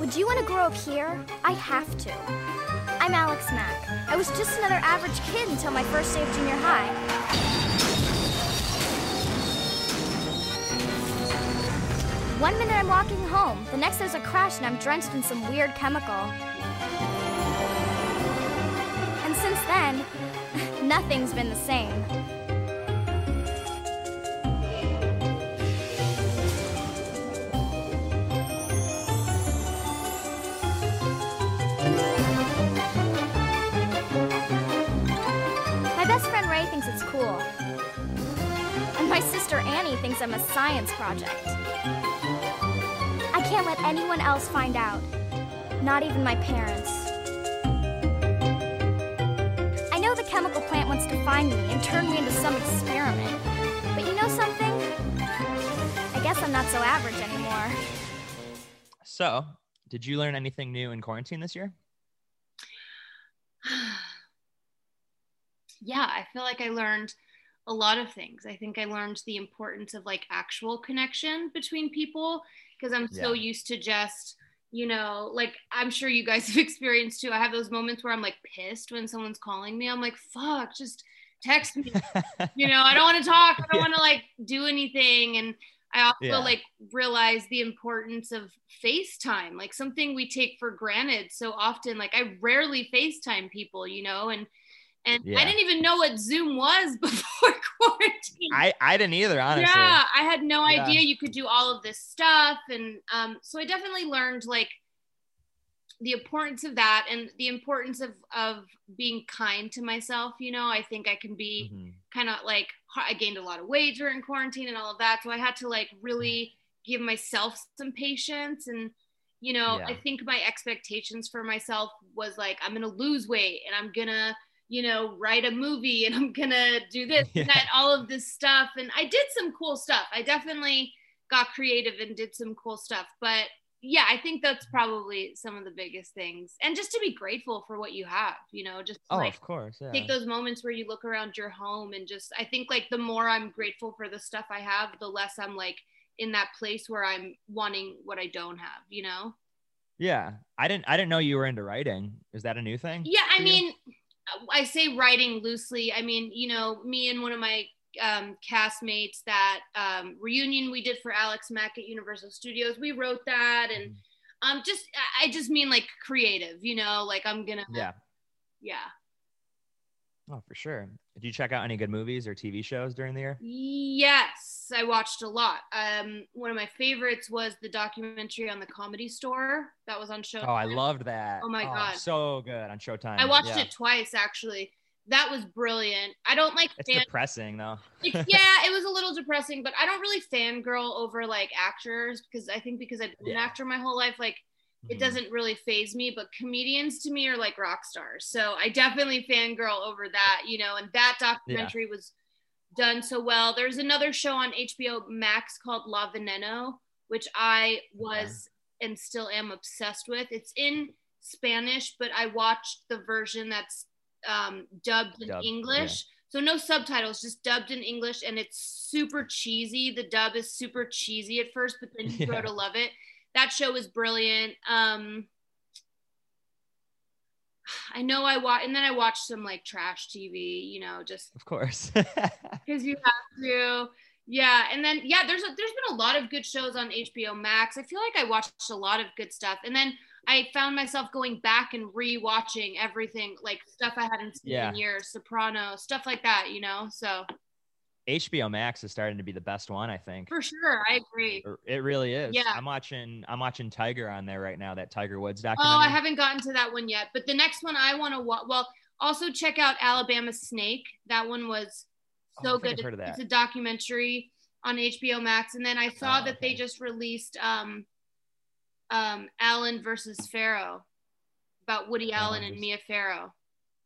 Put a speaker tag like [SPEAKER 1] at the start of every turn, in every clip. [SPEAKER 1] Would you want to grow up here? I have to. I'm Alex Mack. I was just another average kid until my first day of junior high. One minute I'm walking home, the next there's a crash and I'm drenched in some weird chemical. And since then, nothing's been the same. My best friend Ray thinks it's cool. And my sister Annie thinks I'm a science project. I can't let anyone else find out, not even my parents. I know the chemical plant wants to find me and turn me into some experiment. But you know something? I guess I'm not so average anymore.
[SPEAKER 2] So, did you learn anything new in quarantine this year?
[SPEAKER 3] yeah, I feel like I learned a lot of things. I think I learned the importance of like actual connection between people because I'm so used to just, you know, like I'm sure you guys have experienced too. I have those moments where I'm like pissed when someone's calling me. I'm like, fuck, just text me. you know, I don't want to talk. I don't
[SPEAKER 2] Yeah.
[SPEAKER 3] want to like do anything. And I also
[SPEAKER 2] Yeah.
[SPEAKER 3] like realize the importance of FaceTime, like something we take for granted so often. Like I rarely FaceTime people, you know, and and I
[SPEAKER 2] Yeah.
[SPEAKER 3] didn't even know what Zoom was before quarantine.
[SPEAKER 2] I I didn't either, honestly.
[SPEAKER 3] Yeah, I had no
[SPEAKER 2] Yeah.
[SPEAKER 3] idea you could do all of this stuff, and um, so I definitely learned like the importance of that and the importance of of being kind to myself. You know, I think I can be
[SPEAKER 2] Mhm.
[SPEAKER 3] kind of like har- I gained a lot of weight during quarantine and all of that. So I had to like really give myself some patience and you know,
[SPEAKER 2] Yeah.
[SPEAKER 3] I think my expectations for myself was like I'm going to lose weight and I'm going to, you know, write a movie and I'm going to do this
[SPEAKER 2] Yeah.
[SPEAKER 3] and that all of this stuff and I did some cool stuff. I definitely got creative and did some cool stuff, but yeah, I think that's probably some of the biggest things. And just to be grateful for what you have, you know, just
[SPEAKER 2] Oh,
[SPEAKER 3] like
[SPEAKER 2] of course. Yeah.
[SPEAKER 3] take those moments where you look around your home and just i think like the more i'm grateful for the stuff i have the less i'm like in that place where i'm wanting what i don't have you know
[SPEAKER 2] yeah. I didn't I didn't know you were into writing. Is that a new thing?
[SPEAKER 3] yeah
[SPEAKER 2] for you?
[SPEAKER 3] i mean i say writing loosely i mean you know me and one of my um, castmates that um, reunion we did for alex mack at universal studios we wrote that and
[SPEAKER 2] Mm-hmm.
[SPEAKER 3] um just I- i just mean like creative you know like i'm gonna
[SPEAKER 2] Yeah.
[SPEAKER 3] yeah
[SPEAKER 2] Oh, for sure. Did you check out any good movies or TV shows during the year?
[SPEAKER 3] Yes, I watched a lot. Um, one of my favorites was the documentary on the Comedy Store that was on show.
[SPEAKER 2] Oh, I loved that.
[SPEAKER 3] Oh my God.
[SPEAKER 2] So good on Showtime.
[SPEAKER 3] I watched
[SPEAKER 2] Yeah.
[SPEAKER 3] it twice actually. That was brilliant. I don't like
[SPEAKER 2] It's
[SPEAKER 3] fan-
[SPEAKER 2] depressing though.
[SPEAKER 3] it's, yeah, it was a little depressing, but I don't really fangirl over like actors because I think because I've been an
[SPEAKER 2] Yeah.
[SPEAKER 3] actor my whole life, like it
[SPEAKER 2] Mhm.
[SPEAKER 3] doesn't really phase me. But comedians to me are like rock stars, so I definitely fangirl over that, you know. And that documentary was done so well. There's another show on HBO Max called La Veneno, which I was and still am obsessed with. It's in Spanish, but I watched the version that's um, dubbed in
[SPEAKER 2] Dubbed, yeah.
[SPEAKER 3] English. So no subtitles, just dubbed in English, and it's super cheesy. The dub is super cheesy at first, but then you grow
[SPEAKER 2] Yeah.
[SPEAKER 3] to love it. That show is brilliant. Um, I know I watched, and then I watched some like trash TV, you know, just
[SPEAKER 2] Of course.
[SPEAKER 3] because you have to. Yeah, and then yeah, there's a, there's been a lot of good shows on HBO Max. I feel like I watched a lot of good stuff, and then I found myself going back and rewatching everything, like stuff I hadn't seen
[SPEAKER 2] Yeah.
[SPEAKER 3] in years, Soprano, stuff like that, you know. So
[SPEAKER 2] HBO Max is starting to be the best one, I think.
[SPEAKER 3] for sure, I agree.
[SPEAKER 2] Or- It really is.
[SPEAKER 3] Yeah.
[SPEAKER 2] I'm watching I'm watching Tiger on there right now, that Tiger Woods documentary.
[SPEAKER 3] Oh, I haven't gotten to that one yet, but the next one I want to watch. Well, also check out Alabama Snake. That one was
[SPEAKER 2] Oh,
[SPEAKER 3] so
[SPEAKER 2] I think
[SPEAKER 3] good.
[SPEAKER 2] I've heard of
[SPEAKER 3] It's
[SPEAKER 2] that.
[SPEAKER 3] a documentary on HBO Max, and then I saw
[SPEAKER 2] Oh,
[SPEAKER 3] that they
[SPEAKER 2] okay.
[SPEAKER 3] just released um, um, Allen versus Pharaoh about Woody
[SPEAKER 2] Allen
[SPEAKER 3] Allen and
[SPEAKER 2] versus-
[SPEAKER 3] Mia Farrow.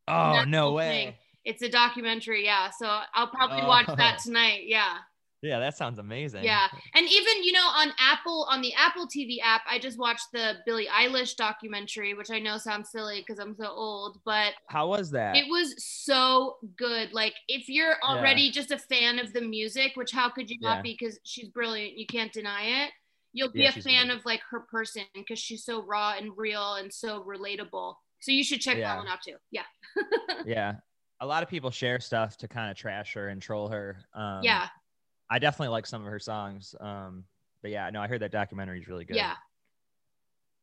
[SPEAKER 2] Oh,
[SPEAKER 3] That's
[SPEAKER 2] no
[SPEAKER 3] the
[SPEAKER 2] way.
[SPEAKER 3] thing. It's a documentary, yeah. So I'll probably
[SPEAKER 2] Oh.
[SPEAKER 3] watch that tonight, yeah.
[SPEAKER 2] Yeah, that sounds amazing.
[SPEAKER 3] Yeah. And even, you know, on Apple, on the Apple TV app, I just watched the Billie Eilish documentary, which I know sounds silly because I'm so old, but
[SPEAKER 2] How was that?
[SPEAKER 3] it was so good. Like, if you're already just a fan of the music, which how could you not
[SPEAKER 2] Yeah.
[SPEAKER 3] be? Because she's brilliant. You can't deny it. you'll be
[SPEAKER 2] Yeah,
[SPEAKER 3] a
[SPEAKER 2] she's
[SPEAKER 3] fan
[SPEAKER 2] amazing.
[SPEAKER 3] of like her person because she's so raw and real and so relatable. So you should check
[SPEAKER 2] Yeah.
[SPEAKER 3] that one out too. Yeah.
[SPEAKER 2] yeah. A lot of people share stuff to kind of trash her and troll her. Um,
[SPEAKER 3] yeah.
[SPEAKER 2] I definitely like some of her songs. Um, but yeah, no, I heard that documentary is really good.
[SPEAKER 3] Yeah.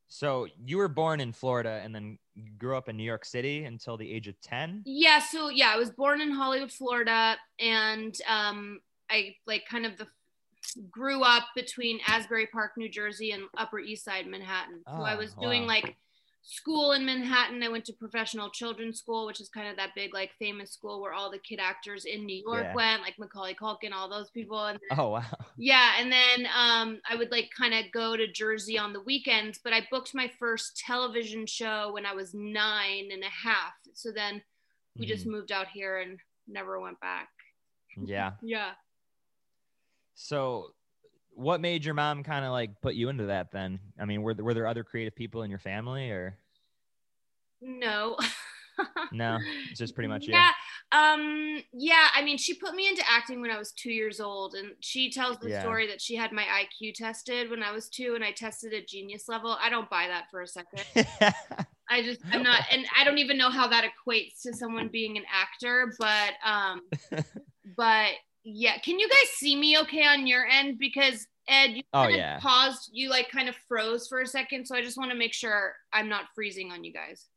[SPEAKER 2] So you were born in Florida and then grew up in New York City until the age of 10.
[SPEAKER 3] Yeah, so yeah, I was born in Hollywood, Florida, and um, I like kind of the grew up between Asbury Park, New Jersey, and Upper East Side Manhattan. so I
[SPEAKER 2] Ah,
[SPEAKER 3] was doing
[SPEAKER 2] wow.
[SPEAKER 3] like school in Manhattan. I went to professional children's school, which is kind of that big like famous school where all the kid actors in New York
[SPEAKER 2] Yeah.
[SPEAKER 3] went, like Macaulay Culkin, all those people. And then,
[SPEAKER 2] Oh, wow.
[SPEAKER 3] yeah, and then um, I would like kind of go to Jersey on the weekends, but I booked my first television show when I was nine and a half. So then we just
[SPEAKER 2] Mm.
[SPEAKER 3] moved out here and never went back.
[SPEAKER 2] Mhm. Yeah.
[SPEAKER 3] Yeah.
[SPEAKER 2] So what made your mom kind of like put you into that then? I mean, were, there- were there other creative people in your family or
[SPEAKER 3] No.
[SPEAKER 2] no? It's just pretty much you.
[SPEAKER 3] yeah. Um, yeah, I mean, she put me into acting when I was two years old, and she tells the
[SPEAKER 2] Yeah.
[SPEAKER 3] story that she had my IQ tested when I was two, and I tested at genius level. I don't buy that for a second. I just I'm not and I don't even know how that equates to someone being an actor, but um but yeah, can you guys see me okay on your end because Ed you
[SPEAKER 2] Oh,
[SPEAKER 3] kinda
[SPEAKER 2] yeah.
[SPEAKER 3] paused, you like kind of froze for a second, so I just want to make sure I'm not freezing on you guys.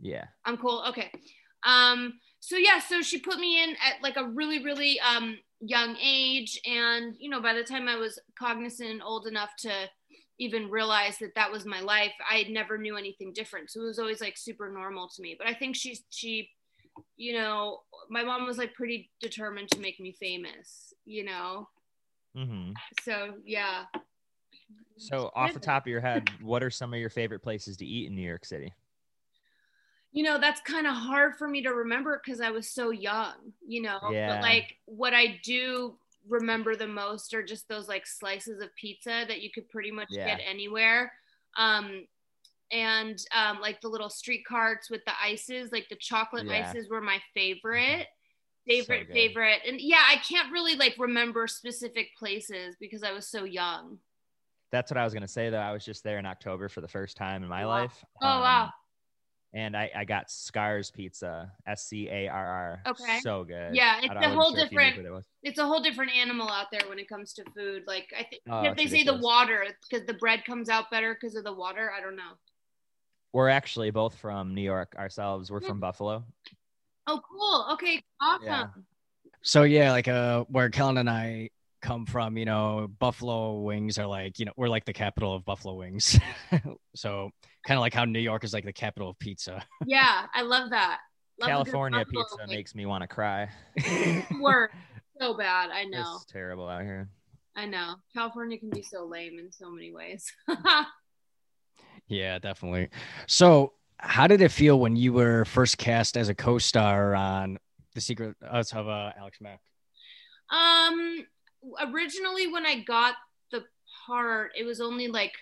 [SPEAKER 2] yeah.
[SPEAKER 3] I'm cool. Okay. Um, so yeah, so she put me in at like a really, really um young age, and you know, by the time I was cognizant and old enough to even realize that that was my life, I never knew anything different. So it was always like super normal to me. But I think she's she, you know, my mom was like pretty determined to make me famous, you know.
[SPEAKER 2] hmm
[SPEAKER 3] So yeah.
[SPEAKER 2] So off the top of your head, what are some of your favorite places to eat in New York City?
[SPEAKER 3] you know that's kind of hard for me to remember because i was so young you know
[SPEAKER 2] Yeah.
[SPEAKER 3] but like what i do remember the most are just those like slices of pizza that you could pretty much
[SPEAKER 2] Yeah.
[SPEAKER 3] get anywhere um and um like the little street carts with the ices like the chocolate
[SPEAKER 2] Yeah. Mm-hmm.
[SPEAKER 3] ices were my favorite favorite
[SPEAKER 2] good.
[SPEAKER 3] favorite and yeah i can't really like remember specific places because i was so young
[SPEAKER 2] That's what I was gonna say though. I was just there in October for the first time in my
[SPEAKER 3] Wow.
[SPEAKER 2] life. um,
[SPEAKER 3] Oh, wow.
[SPEAKER 2] And I, I got Scars Pizza, S C A R R.
[SPEAKER 3] Okay.
[SPEAKER 2] So good.
[SPEAKER 3] Yeah, it's
[SPEAKER 2] I
[SPEAKER 3] a
[SPEAKER 2] wasn't
[SPEAKER 3] whole
[SPEAKER 2] if you knew
[SPEAKER 3] different-
[SPEAKER 2] what it was.
[SPEAKER 3] it's a whole different animal out there when it comes to food. Like I think
[SPEAKER 2] Oh,
[SPEAKER 3] if
[SPEAKER 2] it's
[SPEAKER 3] they say the
[SPEAKER 2] ridiculous.
[SPEAKER 3] water because the bread comes out better because of the water. I don't know.
[SPEAKER 2] We're actually both from New York ourselves. We're
[SPEAKER 3] Hmm.
[SPEAKER 2] from Buffalo.
[SPEAKER 3] Oh, cool. Okay, awesome.
[SPEAKER 2] Yeah.
[SPEAKER 4] So yeah, like uh, where Kellen and I come from, you know, buffalo wings are like, you know, we're like the capital of buffalo wings. so kind of like how New York is like the capital of pizza.
[SPEAKER 3] Yeah, I love that. Love a good
[SPEAKER 2] California
[SPEAKER 3] buffalo
[SPEAKER 2] pizza
[SPEAKER 3] wing.
[SPEAKER 2] makes me want to cry.
[SPEAKER 3] work so bad. I know.
[SPEAKER 2] It's terrible out here.
[SPEAKER 3] I know. California can be so lame in so many ways.
[SPEAKER 4] yeah, definitely. So how did it feel when you were first cast as a co-star on The Secret Us of uh, Alex Mack?
[SPEAKER 3] Um, originally when I got the part, it was only like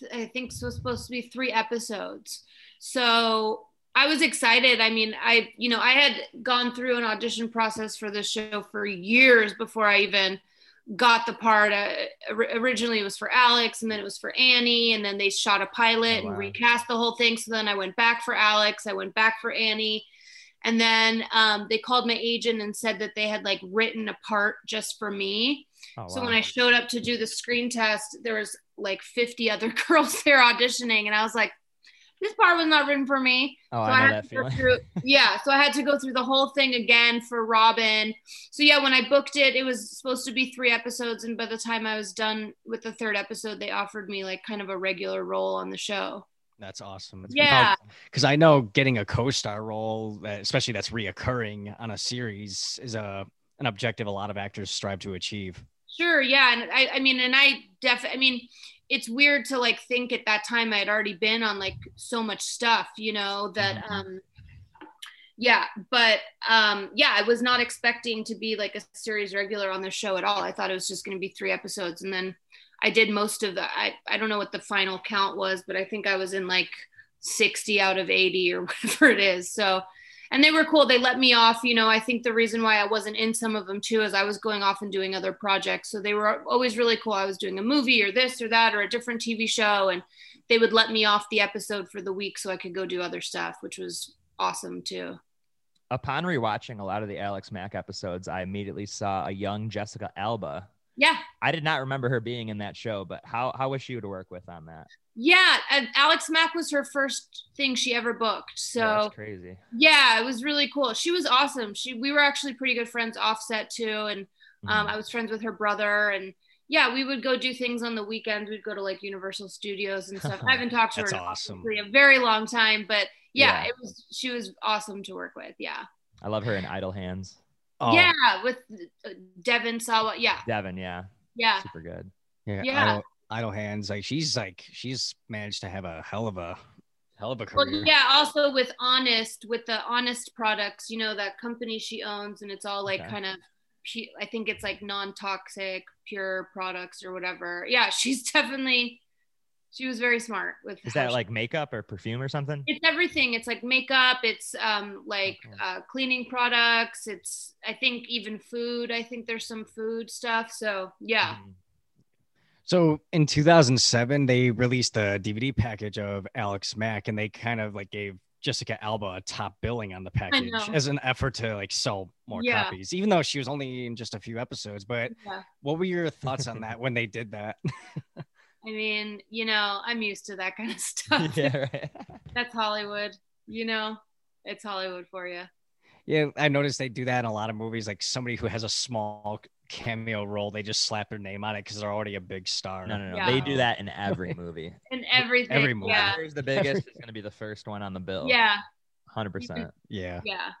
[SPEAKER 3] th- I think so supposed to be three episodes. So I was excited. I mean, I you know I had gone through an audition process for this show for years before I even got the part. I, ori- originally, it was for Alex, and then it was for Annie, and then they shot a pilot
[SPEAKER 2] Oh, wow.
[SPEAKER 3] and recast the whole thing. So then I went back for Alex. I went back for Annie. And then um, they called my agent and said that they had like written a part just for me.
[SPEAKER 2] Oh,
[SPEAKER 3] so
[SPEAKER 2] wow.
[SPEAKER 3] when I showed up to do the screen test, there was like 50 other girls there auditioning, and I was like, "This part was not written for me."
[SPEAKER 2] oh,
[SPEAKER 3] so
[SPEAKER 2] I know
[SPEAKER 3] had
[SPEAKER 2] that
[SPEAKER 3] to go
[SPEAKER 2] feeling.
[SPEAKER 3] through, yeah, so I had to go through the whole thing again for Robin. So yeah, when I booked it, it was supposed to be three episodes, and by the time I was done with the third episode, they offered me like kind of a regular role on the show.
[SPEAKER 4] That's awesome.
[SPEAKER 3] Yeah.
[SPEAKER 4] Because I know getting a co-star role, uh, especially that's reoccurring on a series, is a an objective a lot of actors strive to achieve.
[SPEAKER 3] Sure, yeah, and I, I mean, and I def, I mean, it's weird to like think at that time I had already been on like so much stuff, you know, that
[SPEAKER 2] Mhm.
[SPEAKER 3] um, yeah, but um, yeah, I was not expecting to be like a series regular on the show at all. I thought it was just going to be three episodes, and then I did most of the. I I don't know what the final count was, but I think I was in like sixty out of eighty or whatever it is. So and they were cool. They let me off. You know, I think the reason why I wasn't in some of them too is I was going off and doing other projects. So they were always really cool. I was doing a movie or this or that or a different TV show, and they would let me off the episode for the week so I could go do other stuff, which was awesome too.
[SPEAKER 2] Upon rewatching a lot of the Alex Mack episodes, I immediately saw a young Jessica Alba.
[SPEAKER 3] Yeah.
[SPEAKER 2] I did not remember her being in that show, but how how was she to work with on that?
[SPEAKER 3] Yeah, Alex Mack was her first thing she ever booked. So
[SPEAKER 2] Yeah, that's crazy.
[SPEAKER 3] yeah, it was really cool. She was awesome. She we were actually pretty good friends offset too, and um,
[SPEAKER 2] Mhm.
[SPEAKER 3] I was friends with her brother, and yeah, we would go do things on the weekends. We'd go to like Universal Studios and stuff. I haven't talked to
[SPEAKER 4] That's
[SPEAKER 3] her in
[SPEAKER 4] awesome.
[SPEAKER 3] obviously a very long time, but yeah,
[SPEAKER 2] Yeah.
[SPEAKER 3] it was she was awesome to work with. Yeah,
[SPEAKER 2] Mm-hmm. I love her in Idle Hands.
[SPEAKER 4] Oh,
[SPEAKER 3] yeah, with uh, Devin Sawa. Yeah,
[SPEAKER 2] Devin, yeah,
[SPEAKER 3] yeah,
[SPEAKER 2] super good.
[SPEAKER 4] Yeah.
[SPEAKER 3] Yeah.
[SPEAKER 4] Idle, idle hands. Like she's like she's managed to have a hell of a hell of a
[SPEAKER 3] well,
[SPEAKER 4] career.
[SPEAKER 3] yeah. Also with Honest, with the Honest products, you know that company she owns, and it's all like
[SPEAKER 2] Okay.
[SPEAKER 3] kind of. pu- I think it's like non-toxic, pure products or whatever. Yeah, she's definitely. She was very smart with.
[SPEAKER 2] Is
[SPEAKER 3] how
[SPEAKER 2] that
[SPEAKER 3] she-
[SPEAKER 2] like makeup or perfume or something?
[SPEAKER 3] it's everything it's like makeup it's um like
[SPEAKER 2] Okay.
[SPEAKER 3] uh, cleaning products it's i think even food i think there's some food stuff so yeah
[SPEAKER 2] Mhm.
[SPEAKER 4] So in 2007, they released a DVD package of Alex Mack, and they kind of like gave Jessica Alba a top billing on the package
[SPEAKER 3] know.
[SPEAKER 4] as an effort to like sell more
[SPEAKER 3] Yeah.
[SPEAKER 4] copies, even though she was only in just a few episodes. But
[SPEAKER 3] yeah
[SPEAKER 4] what were your thoughts on that when they did that?
[SPEAKER 3] i mean you know i'm used to that kind of stuff
[SPEAKER 2] yeah, right.
[SPEAKER 3] that's hollywood you know it's hollywood for you
[SPEAKER 4] yeah, I noticed they do that in a lot of movies. Like somebody who has a small cameo role, they just slap their name on it because they're already a big star.
[SPEAKER 2] No, no, no.
[SPEAKER 3] Yeah.
[SPEAKER 2] They do that in every movie.
[SPEAKER 3] and everything
[SPEAKER 4] Every movie.
[SPEAKER 3] yeah
[SPEAKER 2] Whoever's the biggest is going to be the first one on the bill.
[SPEAKER 3] yeah
[SPEAKER 2] hundred percent.
[SPEAKER 4] Yeah.
[SPEAKER 3] yeah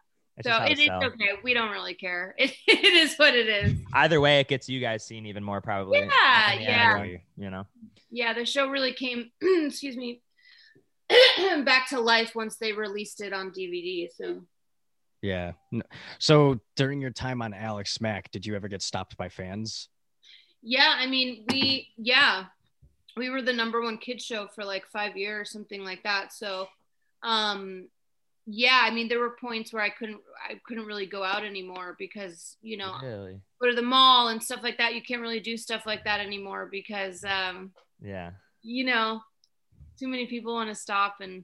[SPEAKER 3] so it is
[SPEAKER 2] sells.
[SPEAKER 3] okay we don't really care it, it is what it is
[SPEAKER 2] Either way, it gets you guys seen even more probably.
[SPEAKER 3] Yeah,
[SPEAKER 2] I mean,
[SPEAKER 3] yeah.
[SPEAKER 2] everyone, You know,
[SPEAKER 3] yeah the show really came excuse me back to life once they released it on dvd so
[SPEAKER 4] Yeah. N- So during your time on Alex Mack, did you ever get stopped by fans?
[SPEAKER 3] Yeah, I mean, we yeah, we were the number one kid show for like five years, something like that. So, um, yeah, I mean, there were points where I couldn't, I couldn't really go out anymore because you know,
[SPEAKER 2] really,
[SPEAKER 3] go to the mall and stuff like that. You can't really do stuff like that anymore because, um,
[SPEAKER 2] yeah.
[SPEAKER 3] you know, too many people want to stop and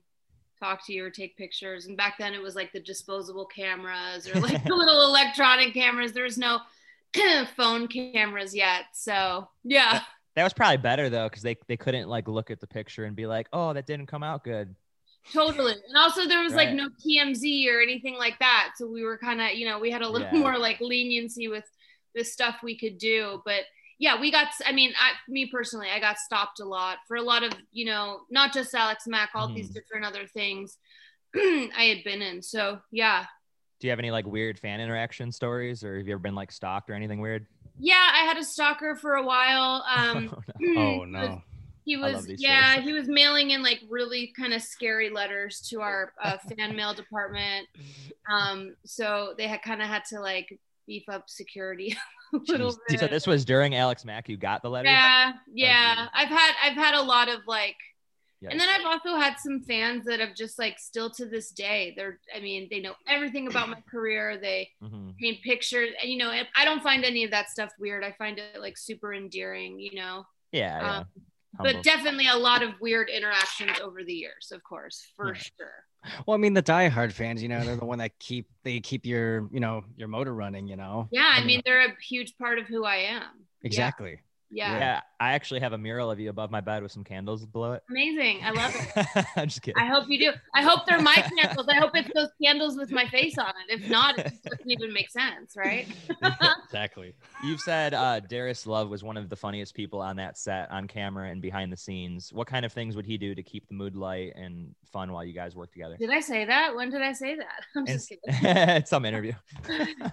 [SPEAKER 3] talk to you or take pictures. And back then, it was like the disposable cameras or like the little electronic cameras. There was no phone cameras yet, so yeah.
[SPEAKER 2] That was probably better though, because they they couldn't like look at the picture and be like, oh, that didn't come out good.
[SPEAKER 3] Totally. And also there was like
[SPEAKER 2] Right.
[SPEAKER 3] no TMZ or anything like that. So we were kind of, you know, we had a little
[SPEAKER 2] Yeah.
[SPEAKER 3] more like leniency with the stuff we could do. But yeah, we got, I mean, I, me personally, I got stopped a lot for a lot of, you know, not just Alex Mack, all these
[SPEAKER 2] Mhm.
[SPEAKER 3] different other things I had been in. So yeah.
[SPEAKER 2] Do you have any like weird fan interaction stories, or have you ever been like stalked or anything weird?
[SPEAKER 3] Yeah. I had a stalker for a while. Um,
[SPEAKER 4] Oh no.
[SPEAKER 3] He
[SPEAKER 2] I love
[SPEAKER 3] was,
[SPEAKER 2] these
[SPEAKER 3] yeah,
[SPEAKER 2] stories.
[SPEAKER 3] he was mailing in like really kind of scary letters to our uh, fan mail department. Um, so they had kind of had to like beef up security a little
[SPEAKER 2] Jeez.
[SPEAKER 3] bit.
[SPEAKER 2] So this Oh, was during Alex Mack. You got the letters.
[SPEAKER 3] yeah, yeah.
[SPEAKER 2] weird.
[SPEAKER 3] I've had I've had a lot of like, and then
[SPEAKER 2] Yikes.
[SPEAKER 3] I've also had some fans that have just like still to this day. They're, I mean, they know everything about my career. They
[SPEAKER 2] Mhm.
[SPEAKER 3] paint pictures, and you know, if- I don't find any of that stuff weird. I find it like super endearing, you know.
[SPEAKER 2] Yeah, yeah.
[SPEAKER 3] Um,
[SPEAKER 2] Humble.
[SPEAKER 3] but definitely a lot of weird interactions over the years, of course, for
[SPEAKER 2] Yeah.
[SPEAKER 3] sure.
[SPEAKER 4] Well, I mean, the diehard fans, you know, they're the one that keep they keep your, you know, your motor running, you know.
[SPEAKER 3] Yeah, I
[SPEAKER 4] mean-
[SPEAKER 3] mean, they're a huge part of who I am. Yeah,
[SPEAKER 4] Exactly.
[SPEAKER 3] Yeah.
[SPEAKER 2] yeah, I actually have a mural of you above my bed with some candles below it.
[SPEAKER 3] Amazing. I love it.
[SPEAKER 2] I'm just kidding.
[SPEAKER 3] I hope you do. I hope they're my candles. I hope it's those candles with my face on it. If not, it just doesn't even make sense, right? Mm-hmm.
[SPEAKER 4] exactly.
[SPEAKER 2] You've said uh, Darius Love was one of the funniest people on that set, on camera and behind the scenes. What kind of things would he do to keep the mood light and fun while you guys work together?
[SPEAKER 3] Did I say that? When did I say that? I'm
[SPEAKER 2] In
[SPEAKER 3] just kidding.
[SPEAKER 2] at some interview.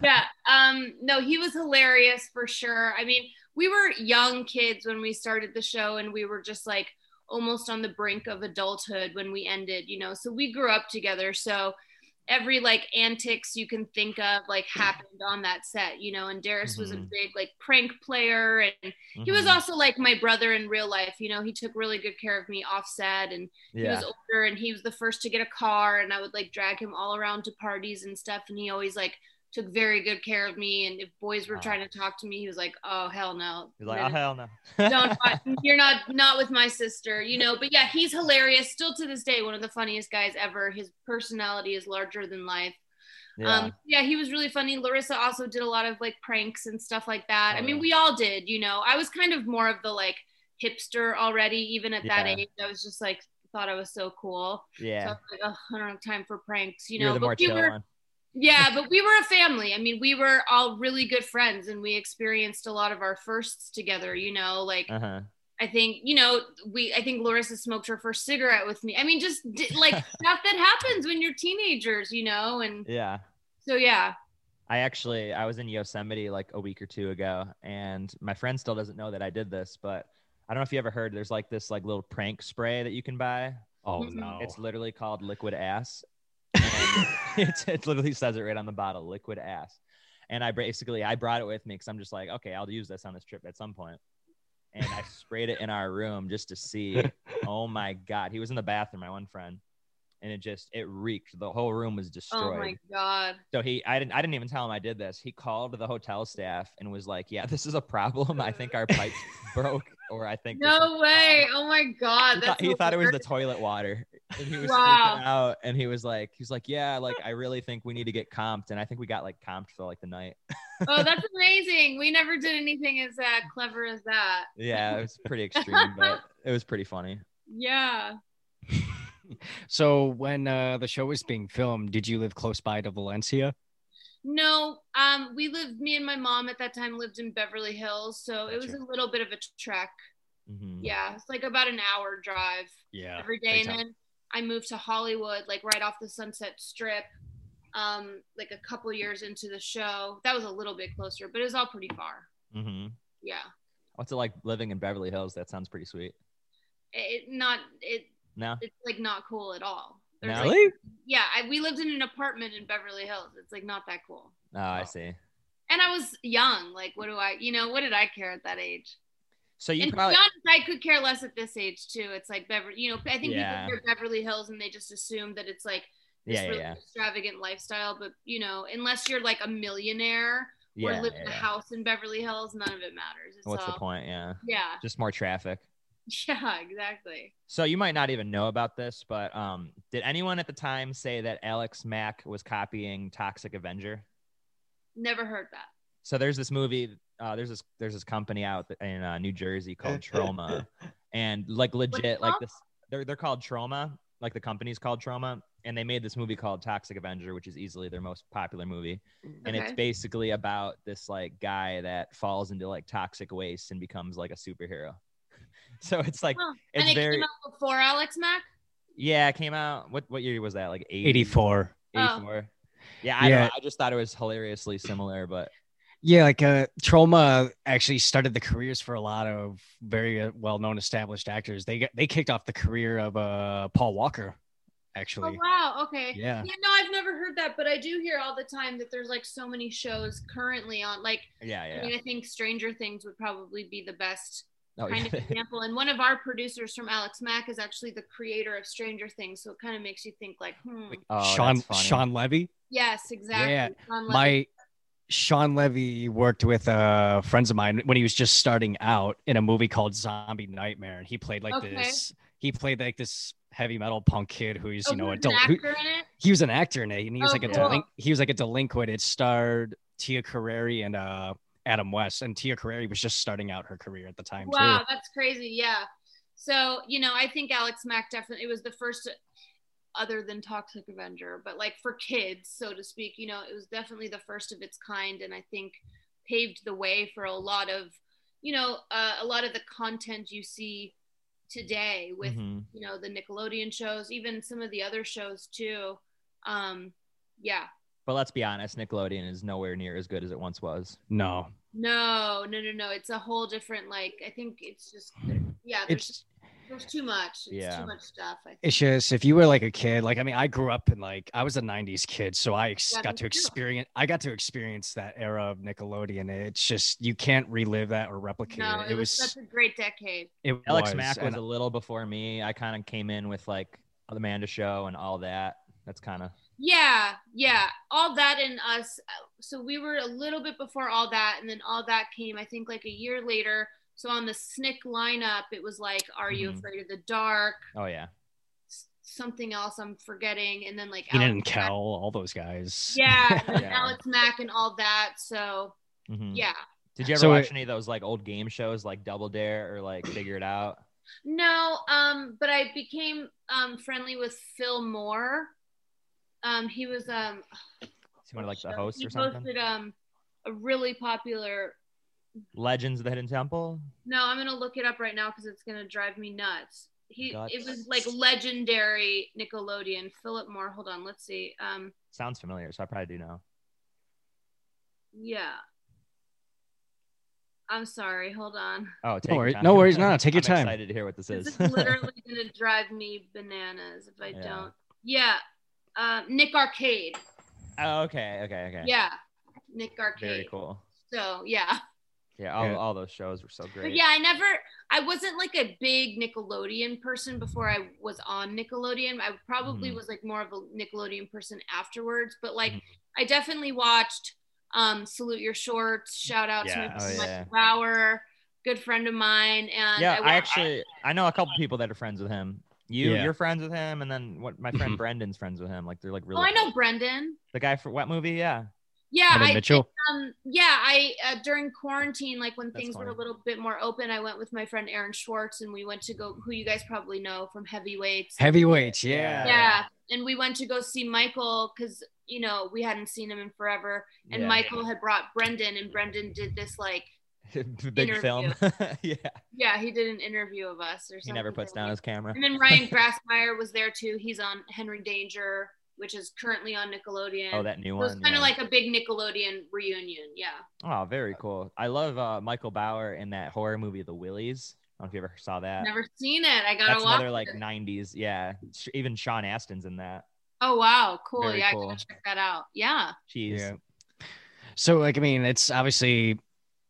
[SPEAKER 3] yeah. Um, no, he was hilarious for sure. I mean, we were young kids when we started the show, and we were just like almost on the brink of adulthood when we ended, you know. So we grew up together. So every like antics you can think of like happened on that set you know and Darius was a
[SPEAKER 2] Mhm.
[SPEAKER 3] big like prank player and he was
[SPEAKER 2] Mhm.
[SPEAKER 3] also like my brother in real life you know he took really good care of me offset and he
[SPEAKER 2] yeah.
[SPEAKER 3] was older and he was the first to get a car and I would like drag him all around to parties and stuff and he always like took very good care of me and if boys were
[SPEAKER 2] Wow.
[SPEAKER 3] trying to talk to me he was like oh hell no
[SPEAKER 2] He's like,
[SPEAKER 3] No,
[SPEAKER 2] oh
[SPEAKER 3] no,
[SPEAKER 2] hell no.
[SPEAKER 3] don't I- you're not not with my sister you know but yeah he's hilarious still to this day one of the funniest guys ever his personality is larger than life
[SPEAKER 2] yeah.
[SPEAKER 3] um yeah he was really funny larissa also did a lot of like pranks and stuff like that i
[SPEAKER 2] Oh,
[SPEAKER 3] mean
[SPEAKER 2] yeah.
[SPEAKER 3] we all did you know i was kind of more of the like hipster already even at that
[SPEAKER 2] Yeah.
[SPEAKER 3] age i was just like thought i was so cool so i
[SPEAKER 2] yeah.
[SPEAKER 3] was like oh i don't have time for pranks you
[SPEAKER 2] You're
[SPEAKER 3] know
[SPEAKER 2] the more
[SPEAKER 3] we
[SPEAKER 2] chill
[SPEAKER 3] were
[SPEAKER 2] one.
[SPEAKER 3] yeah, but we were a family. I mean, we were all really good friends and we experienced a lot of our firsts together, you know, like
[SPEAKER 2] Uh huh.
[SPEAKER 3] I think, you know, we I think Larissa smoked her first cigarette with me. I mean, just d- like stuff that happens when you're teenagers, you know, and
[SPEAKER 2] Yeah.
[SPEAKER 3] so yeah.
[SPEAKER 2] I actually I was in Yosemite like a week or two ago, and my friend still doesn't know that I did this, but I don't know if you ever heard. There's like this like little prank spray that you can buy.
[SPEAKER 4] Oh
[SPEAKER 3] Mhm.
[SPEAKER 4] no.
[SPEAKER 2] It's literally called liquid ass. And it, it literally says it right on the bottle, liquid ass. And I basically I brought it with me because I'm just like, okay, I'll use this on this trip at some point. And I sprayed it in our room just to see. oh my god, he was in the bathroom, my one friend, and it just it reeked. The whole room was
[SPEAKER 3] Oh
[SPEAKER 2] destroyed.
[SPEAKER 3] my god.
[SPEAKER 2] So he, I didn't, I didn't even tell him I did this. He called the hotel staff and was like, "Yeah, this is a problem. I think our pipes broke, or I think this
[SPEAKER 3] No
[SPEAKER 2] is-
[SPEAKER 3] way. Oh my
[SPEAKER 2] He,
[SPEAKER 3] god.
[SPEAKER 2] thought,
[SPEAKER 3] That's
[SPEAKER 2] he thought it was the
[SPEAKER 3] hilarious.
[SPEAKER 2] toilet water, and he was
[SPEAKER 3] Wow.
[SPEAKER 2] freaking out. And he was like, he's like, "Yeah, like I really think we need to get comped." And I think we got like comped for like the night.
[SPEAKER 3] Oh, that's amazing. We never did anything as uh, clever as that.
[SPEAKER 2] Yeah, it was pretty extreme, but it was pretty funny.
[SPEAKER 3] Yeah.
[SPEAKER 4] so when uh, the show was being filmed, did you live close by to Valencia?
[SPEAKER 3] No, um, we lived. Me and my mom at that time lived in Beverly Hills, so it was
[SPEAKER 4] Gotcha. Mm-hmm.
[SPEAKER 3] a little bit of a trek.
[SPEAKER 2] Mhm.
[SPEAKER 3] Yeah, it's like about an hour drive
[SPEAKER 4] Yeah.
[SPEAKER 3] every day,
[SPEAKER 4] big
[SPEAKER 3] and
[SPEAKER 4] time.
[SPEAKER 3] then I moved to Hollywood, like right off the Sunset Strip, um, like a couple years into the show. That was a little bit closer, but it was all pretty far.
[SPEAKER 2] Mhm.
[SPEAKER 3] Yeah,
[SPEAKER 2] What's it like living in Beverly Hills? That sounds pretty sweet.
[SPEAKER 3] it, it not it.
[SPEAKER 2] No.
[SPEAKER 3] It's like not cool at all. There's,
[SPEAKER 2] No?
[SPEAKER 3] like-
[SPEAKER 4] Really?
[SPEAKER 3] yeah, I, we lived in an apartment in Beverly Hills. It's like not that cool.
[SPEAKER 2] Oh, I see.
[SPEAKER 3] And I was young. Like, what do I? You know, what did I care at that age?
[SPEAKER 2] So you
[SPEAKER 3] and
[SPEAKER 2] probably.
[SPEAKER 3] to be honest, I could care less at this age too. It's like Beverly, you know, I think
[SPEAKER 2] Yeah.
[SPEAKER 3] people hear Beverly Hills and they just assume that it's like this
[SPEAKER 2] Yeah, yeah,
[SPEAKER 3] really
[SPEAKER 2] yeah.
[SPEAKER 3] extravagant lifestyle. But you know, unless you're like a millionaire or
[SPEAKER 2] Yeah,
[SPEAKER 3] live
[SPEAKER 2] yeah,
[SPEAKER 3] in a
[SPEAKER 2] yeah.
[SPEAKER 3] house in Beverly Hills, none of it matters. It's
[SPEAKER 2] What's the
[SPEAKER 3] all-
[SPEAKER 2] point? Yeah.
[SPEAKER 3] Yeah,
[SPEAKER 2] Just more traffic.
[SPEAKER 3] yeah, exactly.
[SPEAKER 2] So you might not even know about this, but um, did anyone at the time say that Alex Mack was copying Toxic Avenger?
[SPEAKER 3] Never heard that.
[SPEAKER 2] So there's this movie. Uh, there's this there's this company out in uh, New Jersey called Trauma, and like legit, like
[SPEAKER 3] called?
[SPEAKER 2] this they're they're called Trauma, like the company's called Trauma, and they made this movie called Toxic Avenger, which is easily their most popular movie, and it's
[SPEAKER 3] Mm, Okay.
[SPEAKER 2] basically about this like guy that falls into like toxic waste and becomes like a superhero. So it's like
[SPEAKER 3] Huh.
[SPEAKER 2] it's
[SPEAKER 3] and it
[SPEAKER 2] very
[SPEAKER 3] came out before Alex Mack.
[SPEAKER 2] Yeah, it came out. What what year was that? Like 80,
[SPEAKER 4] 84.
[SPEAKER 2] 84.
[SPEAKER 3] Oh.
[SPEAKER 2] Yeah, I, don't
[SPEAKER 4] Yeah.
[SPEAKER 2] know, I just thought it was hilariously similar, but
[SPEAKER 4] Yeah, like uh, Trauma actually started the careers for a lot of very uh, well-known established actors. They got, they kicked off the career of uh, Paul Walker,
[SPEAKER 3] Oh
[SPEAKER 4] actually.
[SPEAKER 3] wow, okay.
[SPEAKER 4] Yeah.
[SPEAKER 3] Yeah, no, I've never heard that, but I do hear all the time that there's like so many shows currently on. Like,
[SPEAKER 2] yeah,
[SPEAKER 3] I
[SPEAKER 2] yeah.
[SPEAKER 3] mean, I think Stranger Things would probably be the best
[SPEAKER 2] Oh,
[SPEAKER 3] kind of
[SPEAKER 2] yeah.
[SPEAKER 3] example. And one of our producers from Alex Mack is actually the creator of Stranger Things, so it kind of makes you think like, hmm.
[SPEAKER 2] Oh,
[SPEAKER 4] Sean
[SPEAKER 2] that's funny.
[SPEAKER 4] Sean Levy.
[SPEAKER 3] Yes, exactly.
[SPEAKER 4] Yeah,
[SPEAKER 3] John Lithgow.
[SPEAKER 4] My Sean Levy worked with uh, friends of mine when he was just starting out in a movie called Zombie Nightmare, and he played like
[SPEAKER 3] Okay.
[SPEAKER 4] this. He played like this heavy metal punk kid who's
[SPEAKER 3] Oh,
[SPEAKER 4] you know
[SPEAKER 3] who's an
[SPEAKER 4] adult. who-
[SPEAKER 3] actor in it?
[SPEAKER 4] he was an actor in it, and he was
[SPEAKER 3] Oh,
[SPEAKER 4] like a
[SPEAKER 2] cool.
[SPEAKER 4] delin- he was like a delinquent. It starred Tia Carrere and uh, Adam West, and Tia Carrere was just starting out her career at the time
[SPEAKER 3] Wow,
[SPEAKER 4] too.
[SPEAKER 3] that's crazy. Yeah. So you know, I think Alex Mack definitely it was the first, other than Toxic Avenger, but like for kids, so to speak. You know, it was definitely the first of its kind, and I think paved the way for a lot of, you know, uh, a lot of the content you see today
[SPEAKER 4] Mm-hmm.
[SPEAKER 3] with
[SPEAKER 2] Mhm.
[SPEAKER 3] you know the Nickelodeon shows, even some of the other shows too. Um, yeah.
[SPEAKER 2] But let's be honest, Nickelodeon is nowhere near as good as it once was.
[SPEAKER 4] No,
[SPEAKER 3] No, no, no, no. It's a whole different like. I think it's just yeah. There's
[SPEAKER 4] it's
[SPEAKER 3] There's too much. It's
[SPEAKER 2] Yeah.
[SPEAKER 3] too much stuff. I think.
[SPEAKER 4] It's just if you were like a kid, like I mean, I grew up in like I was a '90s kid, so I ex-
[SPEAKER 3] Yeah, me
[SPEAKER 4] got to
[SPEAKER 3] too.
[SPEAKER 4] experience I got to experience that era of Nickelodeon. It's just you can't relive that or replicate
[SPEAKER 3] No,
[SPEAKER 4] it. It, was,
[SPEAKER 3] such a great decade.
[SPEAKER 4] it
[SPEAKER 2] Alex
[SPEAKER 4] was,
[SPEAKER 2] Mack was
[SPEAKER 4] and
[SPEAKER 2] a little before me. I kind of came in with like the Amanda Show and all that. That's kind of
[SPEAKER 3] Yeah, yeah. All that and us. So we were a little bit before all that, and then all that came, I think, like a year later. So on the SNCC lineup, it was like, Are You
[SPEAKER 4] Mm-hmm.
[SPEAKER 2] Mhm.
[SPEAKER 3] Afraid of the Dark?
[SPEAKER 2] oh yeah.
[SPEAKER 3] S- Something else I'm forgetting. And then like
[SPEAKER 4] Keenan and
[SPEAKER 3] Alex Mack-
[SPEAKER 4] Kel, all those guys.
[SPEAKER 3] Yeah, and then
[SPEAKER 2] Yeah.
[SPEAKER 3] Alex Mack and all that. So
[SPEAKER 2] Mhm.
[SPEAKER 3] yeah.
[SPEAKER 2] Did you ever
[SPEAKER 4] So
[SPEAKER 2] watch
[SPEAKER 4] it-
[SPEAKER 2] any of those like old game shows like Double Dare or like Figure It Out?
[SPEAKER 3] No, um, but I became um friendly with Phil Moore. Um, he was um
[SPEAKER 2] Is he one of like the
[SPEAKER 3] show-
[SPEAKER 2] hosts
[SPEAKER 3] he
[SPEAKER 2] or something?
[SPEAKER 3] hosted um a really popular
[SPEAKER 2] Legends of the Hidden Temple.
[SPEAKER 3] No, I'm gonna look it up right now because it's gonna drive me nuts. He it
[SPEAKER 2] Guts.
[SPEAKER 3] was like legendary Nickelodeon. Philip Moore. Hold on, let's see. Um,
[SPEAKER 2] Sounds familiar, so I probably do know.
[SPEAKER 3] yeah. I'm sorry. Hold on.
[SPEAKER 2] Oh, take
[SPEAKER 4] No
[SPEAKER 2] your
[SPEAKER 4] worries-
[SPEAKER 2] time.
[SPEAKER 4] no worries, no, no, take your
[SPEAKER 2] I'm
[SPEAKER 4] time.
[SPEAKER 2] Excited to hear what this
[SPEAKER 3] This
[SPEAKER 2] is.
[SPEAKER 3] is literally gonna drive me bananas if I
[SPEAKER 2] Yeah.
[SPEAKER 3] don't. Yeah. Um, Nick Arcade.
[SPEAKER 2] oh, okay, okay, okay.
[SPEAKER 3] Yeah. Nick Arcade.
[SPEAKER 2] Very cool.
[SPEAKER 3] So yeah.
[SPEAKER 2] Yeah, all,
[SPEAKER 4] Yeah.
[SPEAKER 2] all those shows were so
[SPEAKER 3] But
[SPEAKER 2] great.
[SPEAKER 3] yeah, I never, I wasn't like a big Nickelodeon person before I was on Nickelodeon. I probably
[SPEAKER 2] Mhm.
[SPEAKER 3] was like more of a Nickelodeon person afterwards, but like
[SPEAKER 2] Mhm.
[SPEAKER 3] I definitely watched um, Salute Your Shorts, shout out
[SPEAKER 4] Yeah.
[SPEAKER 3] to my
[SPEAKER 4] Oh,
[SPEAKER 3] friend
[SPEAKER 2] yeah.
[SPEAKER 3] Mike Bauer, good friend of mine. And
[SPEAKER 2] yeah,
[SPEAKER 3] wa-
[SPEAKER 2] I, actually I know a couple people that are friends with him. You,
[SPEAKER 4] Yeah.
[SPEAKER 2] you're friends with him, and then what? My friend
[SPEAKER 4] Mhm.
[SPEAKER 2] Brendan's friends with him. Like they're like
[SPEAKER 3] oh,
[SPEAKER 2] really.
[SPEAKER 3] I know Brendan.
[SPEAKER 2] the guy for what movie? Yeah.
[SPEAKER 3] Yeah,
[SPEAKER 4] Brendan
[SPEAKER 3] I
[SPEAKER 4] Mitchell.
[SPEAKER 3] um yeah i uh, during quarantine like when
[SPEAKER 2] That's
[SPEAKER 3] things were a
[SPEAKER 2] funny.
[SPEAKER 3] little bit more open i went with my friend aaron schwartz and we went to go who you guys probably know from heavyweights
[SPEAKER 4] Heavyweights, yeah.
[SPEAKER 3] yeah and we went to go see michael because you know we hadn't seen him in forever and
[SPEAKER 2] yeah.
[SPEAKER 3] michael had brought brendan and brendan did this like
[SPEAKER 2] big
[SPEAKER 3] interview.
[SPEAKER 2] film. yeah.
[SPEAKER 3] yeah he did an interview of us or something
[SPEAKER 2] He never puts down his camera.
[SPEAKER 3] and then ryan grassmeyer was there too he's on henry danger which is currently on nickelodeon
[SPEAKER 2] Oh, that new
[SPEAKER 3] so
[SPEAKER 2] one.
[SPEAKER 3] it's kind of
[SPEAKER 2] yeah.
[SPEAKER 3] like a big nickelodeon reunion yeah
[SPEAKER 2] Oh, very cool. I love uh, Michael Bauer in that horror movie, The Willies. I don't know if you ever saw that.
[SPEAKER 3] never seen it i gotta
[SPEAKER 2] That's
[SPEAKER 3] watch
[SPEAKER 2] another like
[SPEAKER 3] it.
[SPEAKER 2] '90s. Yeah, Sh- even Sean Astin's in that.
[SPEAKER 3] Oh wow, cool.
[SPEAKER 2] Very
[SPEAKER 3] yeah, I
[SPEAKER 2] cool.
[SPEAKER 3] gotta check that out. Yeah.
[SPEAKER 2] Jeez.
[SPEAKER 4] Yeah. So like I mean, it's obviously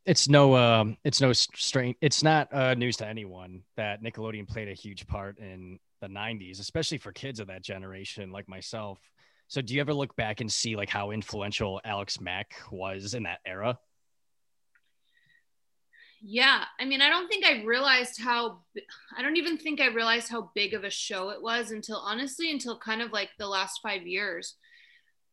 [SPEAKER 4] it's no um it's no strain it's not uh news to anyone that Nickelodeon played a huge part in the 90s, especially for kids of that generation like myself. So do you ever look back and see like how influential Alex Mack was in that era?
[SPEAKER 3] Yeah. I mean, I don't think I realized how bi- I don't even think I realized how big of a show it was until honestly until kind of like the last 5 years.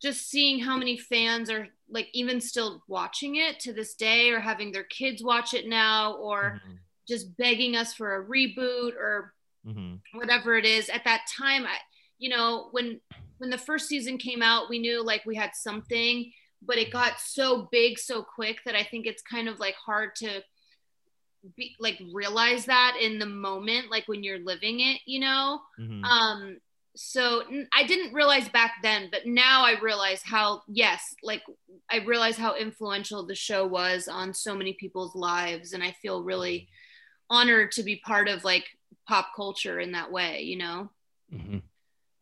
[SPEAKER 3] Just seeing how many fans are like even still watching it to this day or having their kids watch it now or
[SPEAKER 2] Mhm,
[SPEAKER 3] just begging us for a reboot or
[SPEAKER 2] mhm.
[SPEAKER 3] whatever it is at that time I, you know when when the first season came out we knew like we had something but it got so big so quick that i think it's kind of like hard to be like realize that in the moment like when you're living it you know
[SPEAKER 2] Mhm.
[SPEAKER 3] um so n- i didn't realize back then but now i realize how yes like i realize how influential the show was on so many people's lives and i feel really honored to be part of like pop culture in that way you know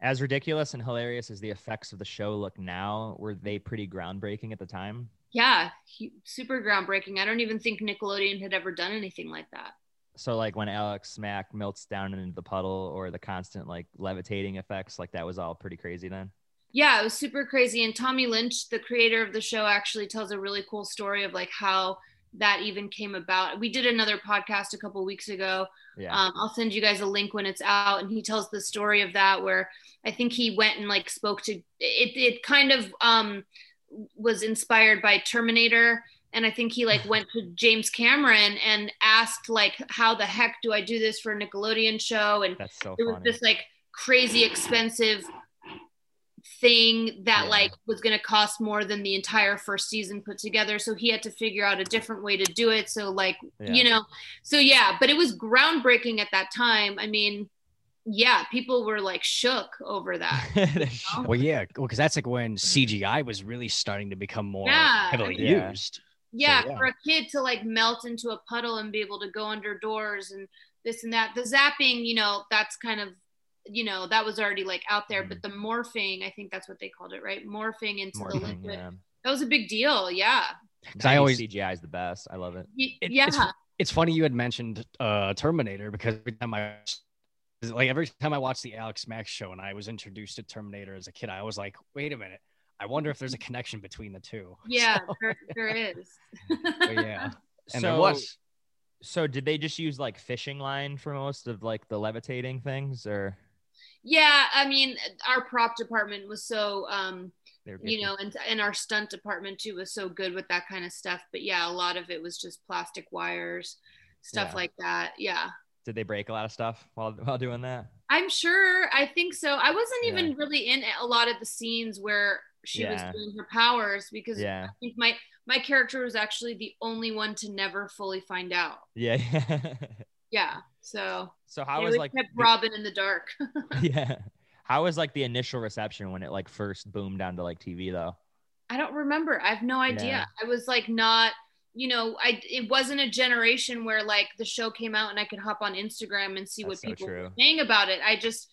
[SPEAKER 2] As ridiculous and hilarious as the effects of the show look now, were they pretty groundbreaking at the time?
[SPEAKER 3] yeah he, super groundbreaking i don't even think nickelodeon had ever done anything like that
[SPEAKER 2] So, like when Alex Mack melts down into the puddle, or the constant like levitating effects, like that was all pretty crazy then.
[SPEAKER 3] yeah it was super crazy and tommy lynch the creator of the show actually tells a really cool story of like how that even came about we did another podcast a couple weeks ago
[SPEAKER 2] Yeah.
[SPEAKER 3] Um, I'll send you guys a link when it's out. And he tells the story of that where I think he went and like spoke to it. It kind of um, was inspired by Terminator. And I think he like went to James Cameron and asked like, how the heck do I do this for a Nickelodeon show? And
[SPEAKER 2] That's so
[SPEAKER 3] it was
[SPEAKER 2] funny.
[SPEAKER 3] this like crazy expensive thing that
[SPEAKER 2] Yeah.
[SPEAKER 3] like was going to cost more than the entire first season put together so he had to figure out a different way to do it so like
[SPEAKER 2] Yeah.
[SPEAKER 3] you know so yeah but it was groundbreaking at that time i mean yeah people were like shook over that
[SPEAKER 2] The show-
[SPEAKER 4] Well, yeah, well, because that's like when CGI was really starting to become more
[SPEAKER 3] Yeah, I
[SPEAKER 4] heavily
[SPEAKER 2] mean- Yeah.
[SPEAKER 4] used.
[SPEAKER 3] yeah,
[SPEAKER 4] yeah.
[SPEAKER 3] for a kid to like melt into a puddle and be able to go under doors and this and that. The zapping, you know, that's kind of, you know, that was already like out there,
[SPEAKER 2] Mhm.
[SPEAKER 3] but the morphing, I think that's what they called it, right? Morphing into the
[SPEAKER 2] Morphing,
[SPEAKER 3] liquid.
[SPEAKER 2] yeah.
[SPEAKER 3] That was a big deal. Yeah.
[SPEAKER 4] 'Cause I always-
[SPEAKER 2] CGI is the best. I love it.
[SPEAKER 3] Y-
[SPEAKER 4] It-
[SPEAKER 3] yeah.
[SPEAKER 4] it's- It's funny you had mentioned uh, Terminator because every time I like every time I watched the Alex Mack show and I was introduced to Terminator as a kid, I was like, wait a minute, I wonder if there's a connection between the two.
[SPEAKER 3] yeah, there, there is.
[SPEAKER 4] But yeah,
[SPEAKER 2] so,
[SPEAKER 4] and there was.
[SPEAKER 2] so did they just use like fishing line for most of like the levitating things, or
[SPEAKER 3] Yeah, I mean, our prop department was so, um,
[SPEAKER 2] they were
[SPEAKER 3] you
[SPEAKER 2] picky?
[SPEAKER 3] know, and and our stunt department too was so good with that kind of stuff. But yeah, a lot of it was just plastic wires, stuff
[SPEAKER 2] Yeah.
[SPEAKER 3] like that. Yeah,
[SPEAKER 2] did they break a lot of stuff while while doing that?
[SPEAKER 3] I'm sure. I think so. I wasn't
[SPEAKER 2] Yeah.
[SPEAKER 3] even really in a lot of the scenes where she
[SPEAKER 2] Yeah.
[SPEAKER 3] was doing her powers because
[SPEAKER 2] Yeah,
[SPEAKER 3] I think my my character was actually the only one to never fully find out.
[SPEAKER 2] yeah.
[SPEAKER 3] Yeah, so
[SPEAKER 2] so how
[SPEAKER 3] they
[SPEAKER 2] was
[SPEAKER 3] always
[SPEAKER 2] like
[SPEAKER 3] kept
[SPEAKER 2] the-
[SPEAKER 3] Robin in the dark.
[SPEAKER 2] yeah? How was like the initial reception when it like first boomed onto like TV though?
[SPEAKER 3] I don't remember. I have no idea.
[SPEAKER 2] Yeah.
[SPEAKER 3] I was like not, you know, I it wasn't a generation where like the show came out and I could hop on Instagram and see
[SPEAKER 2] That's
[SPEAKER 3] what
[SPEAKER 2] so
[SPEAKER 3] people
[SPEAKER 2] true.
[SPEAKER 3] were saying about it. I just,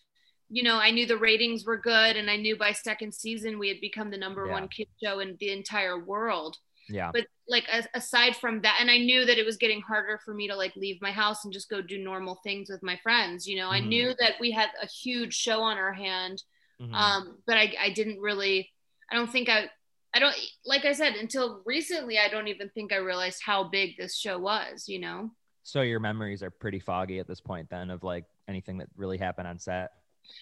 [SPEAKER 3] you know, I knew the ratings were good and I knew by second season we had become the number
[SPEAKER 2] Yeah. Um,
[SPEAKER 3] one kid show in the entire world.
[SPEAKER 2] Yeah,
[SPEAKER 3] But like as, aside from that, and I knew that it was getting harder for me to like leave my house and just go do normal things with my friends. You know, I
[SPEAKER 2] Mhm.
[SPEAKER 3] knew that we had a huge show on our hand
[SPEAKER 2] Mhm.
[SPEAKER 3] um but I, I didn't really i don't think i i don't like i said until recently i don't even think i realized how big this show was you know
[SPEAKER 2] so your memories are pretty foggy at this point then of like anything that really happened on set.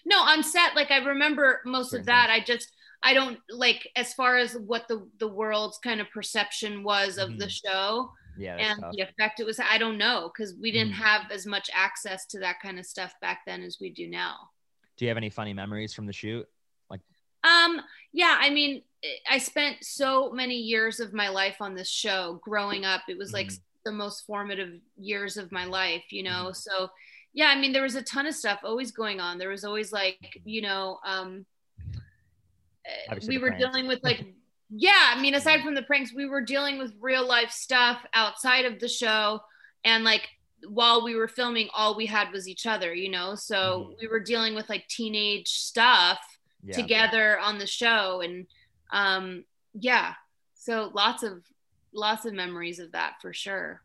[SPEAKER 3] no on set like i remember most
[SPEAKER 2] Certain
[SPEAKER 3] of that i just i don't like as far as what the the world's kind of perception was of the show
[SPEAKER 2] Yeah, that's
[SPEAKER 3] and
[SPEAKER 2] tough.
[SPEAKER 3] the effect it was i don't know because we didn't
[SPEAKER 2] Mhm.
[SPEAKER 3] have as much access to that kind of stuff back then as we do now
[SPEAKER 2] Do you have any funny memories from the shoot?
[SPEAKER 3] Um, yeah, I mean, I spent so many years of my life on this show growing up. It was like
[SPEAKER 2] Mhm.
[SPEAKER 3] the most formative years of my life, you know?
[SPEAKER 2] Mhm.
[SPEAKER 3] So, yeah, I mean, there was a ton of stuff always going on. There was always like, you know, um, uh,
[SPEAKER 2] Obviously
[SPEAKER 3] we
[SPEAKER 2] the
[SPEAKER 3] were
[SPEAKER 2] pranks. Mm-hmm.
[SPEAKER 3] dealing with like, yeah, I mean, aside from the pranks, we were dealing with real life stuff outside of the show. And like, while we were filming, all we had was each other, you know? So
[SPEAKER 2] Mhm.
[SPEAKER 3] we were dealing with like teenage stuff
[SPEAKER 2] Yeah.
[SPEAKER 3] together on the show and um yeah so lots of lots of memories of that for sure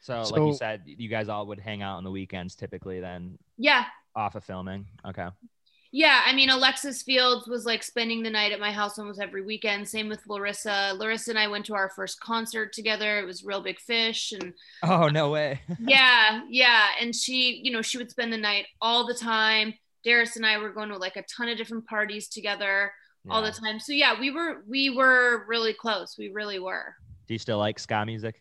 [SPEAKER 2] So, like you
[SPEAKER 4] So-
[SPEAKER 2] said, you guys all would hang out on the weekends typically then
[SPEAKER 3] yeah
[SPEAKER 2] off of filming. Okay.
[SPEAKER 3] yeah i mean alexis fields was like spending the night at my house almost every weekend same with larissa larissa and i went to our first concert together it was real big fish and
[SPEAKER 2] Oh, no way.
[SPEAKER 3] yeah yeah and she you know she would spend the night all the time Darius and I were going to like a ton of different parties together all the
[SPEAKER 2] Yeah.
[SPEAKER 3] time. So yeah, we were we were really close. We really were.
[SPEAKER 2] Do you still like ska music?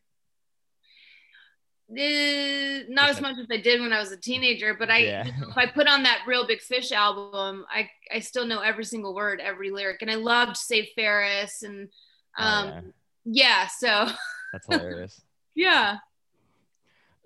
[SPEAKER 3] Uh, not as
[SPEAKER 2] Because-
[SPEAKER 3] much as I did when I was a teenager, but I,
[SPEAKER 2] Yeah. Oh,
[SPEAKER 3] you know, if I put on that Real Big Fish album, I, I still know every single word, every lyric, and I loved Save Ferris and,
[SPEAKER 2] Oh,
[SPEAKER 3] um,
[SPEAKER 2] yeah.
[SPEAKER 3] yeah. so
[SPEAKER 2] That's hilarious.
[SPEAKER 3] yeah,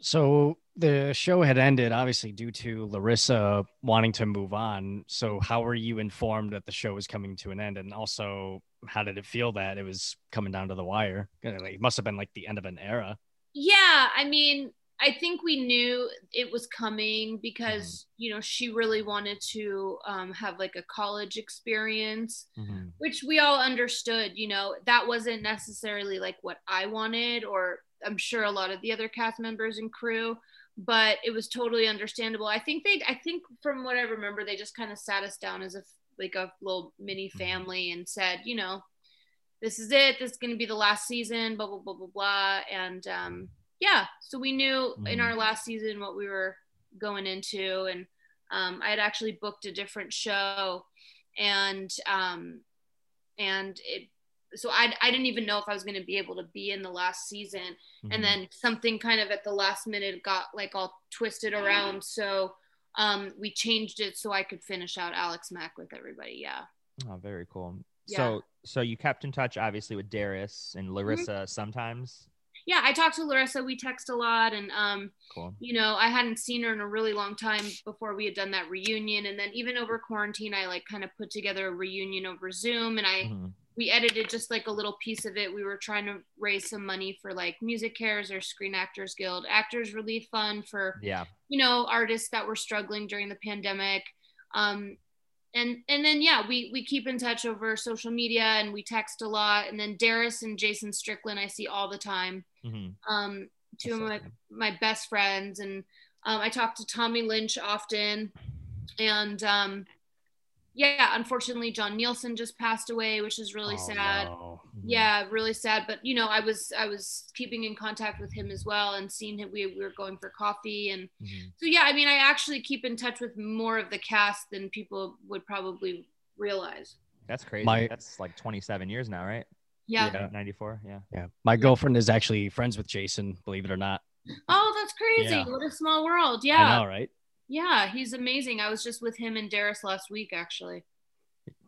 [SPEAKER 4] So the show had ended, obviously, due to Larissa wanting to move on. So how were you informed that the show was coming to an end, and also how did it feel that it was coming down to the wire? Kinda like- It must have been like the end of an era.
[SPEAKER 3] yeah. I mean, I think we knew it was coming because
[SPEAKER 2] Mm-hmm.
[SPEAKER 3] you know she really wanted to um, have like a college experience.
[SPEAKER 2] Mhm.
[SPEAKER 3] which we all understood you know that wasn't necessarily like what i wanted or i'm sure a lot of the other cast members and crew but it was totally understandable i think they i think from what i remember they just kind of sat us down as a like a little mini
[SPEAKER 2] Mhm.
[SPEAKER 3] family and said you know this is it this is going to be the last season blah blah blah blah blah and um yeah so we knew in
[SPEAKER 2] Mhm.
[SPEAKER 3] our last season what we were going into and um, i had actually booked a different show and um, and it so I, I didn't even know if i was going to be able to be in the last season
[SPEAKER 2] Mhm.
[SPEAKER 3] and then something kind of at the last minute got like all twisted around so um, we changed it so i could finish out alex mack with everybody yeah
[SPEAKER 2] Oh, very cool.
[SPEAKER 3] Yeah. Mm-hmm.
[SPEAKER 2] So, so you kept in touch obviously with Darius and Larissa sometimes.
[SPEAKER 3] yeah i talked to larissa we text a lot and um,
[SPEAKER 2] Cool.
[SPEAKER 3] you know i hadn't seen her in a really long time before we had done that reunion and then even over quarantine i like kind of put together a reunion over zoom and i
[SPEAKER 2] Mhm.
[SPEAKER 3] we edited just like a little piece of it. We were trying to raise some money for like Music Cares or Screen Actors Guild, Actors Relief Fund for
[SPEAKER 2] Yeah.
[SPEAKER 3] you know artists that were struggling during the pandemic. Um, and and then yeah, we we keep in touch over social media and we text a lot. And then Darius and Jason Strickland I see all the time.
[SPEAKER 2] hmm
[SPEAKER 3] Um, two of
[SPEAKER 2] That's
[SPEAKER 3] my
[SPEAKER 2] awesome.
[SPEAKER 3] my best friends, and um, I talk to Tommy Lynch often. And um, yeah, unfortunately, John Nielsen just passed away, which is really
[SPEAKER 4] Oh,
[SPEAKER 3] sad
[SPEAKER 4] no.
[SPEAKER 2] Mhm.
[SPEAKER 3] yeah really sad but you know i was i was keeping in contact with him as well and seeing him we, we were going for coffee and
[SPEAKER 2] Mhm.
[SPEAKER 3] so yeah i mean i actually keep in touch with more of the cast than people would probably realize
[SPEAKER 2] That's crazy.
[SPEAKER 4] My-
[SPEAKER 2] That's like 27 years now, right?
[SPEAKER 3] yeah,
[SPEAKER 4] Yeah.
[SPEAKER 2] 94. Yeah.
[SPEAKER 4] Yeah. My girlfriend is actually friends with Jason, believe it or not.
[SPEAKER 3] oh that's crazy
[SPEAKER 2] Yeah.
[SPEAKER 3] what a small world
[SPEAKER 4] I
[SPEAKER 3] yeah
[SPEAKER 4] know, right?
[SPEAKER 3] yeah he's amazing i was just with him and Darius last week actually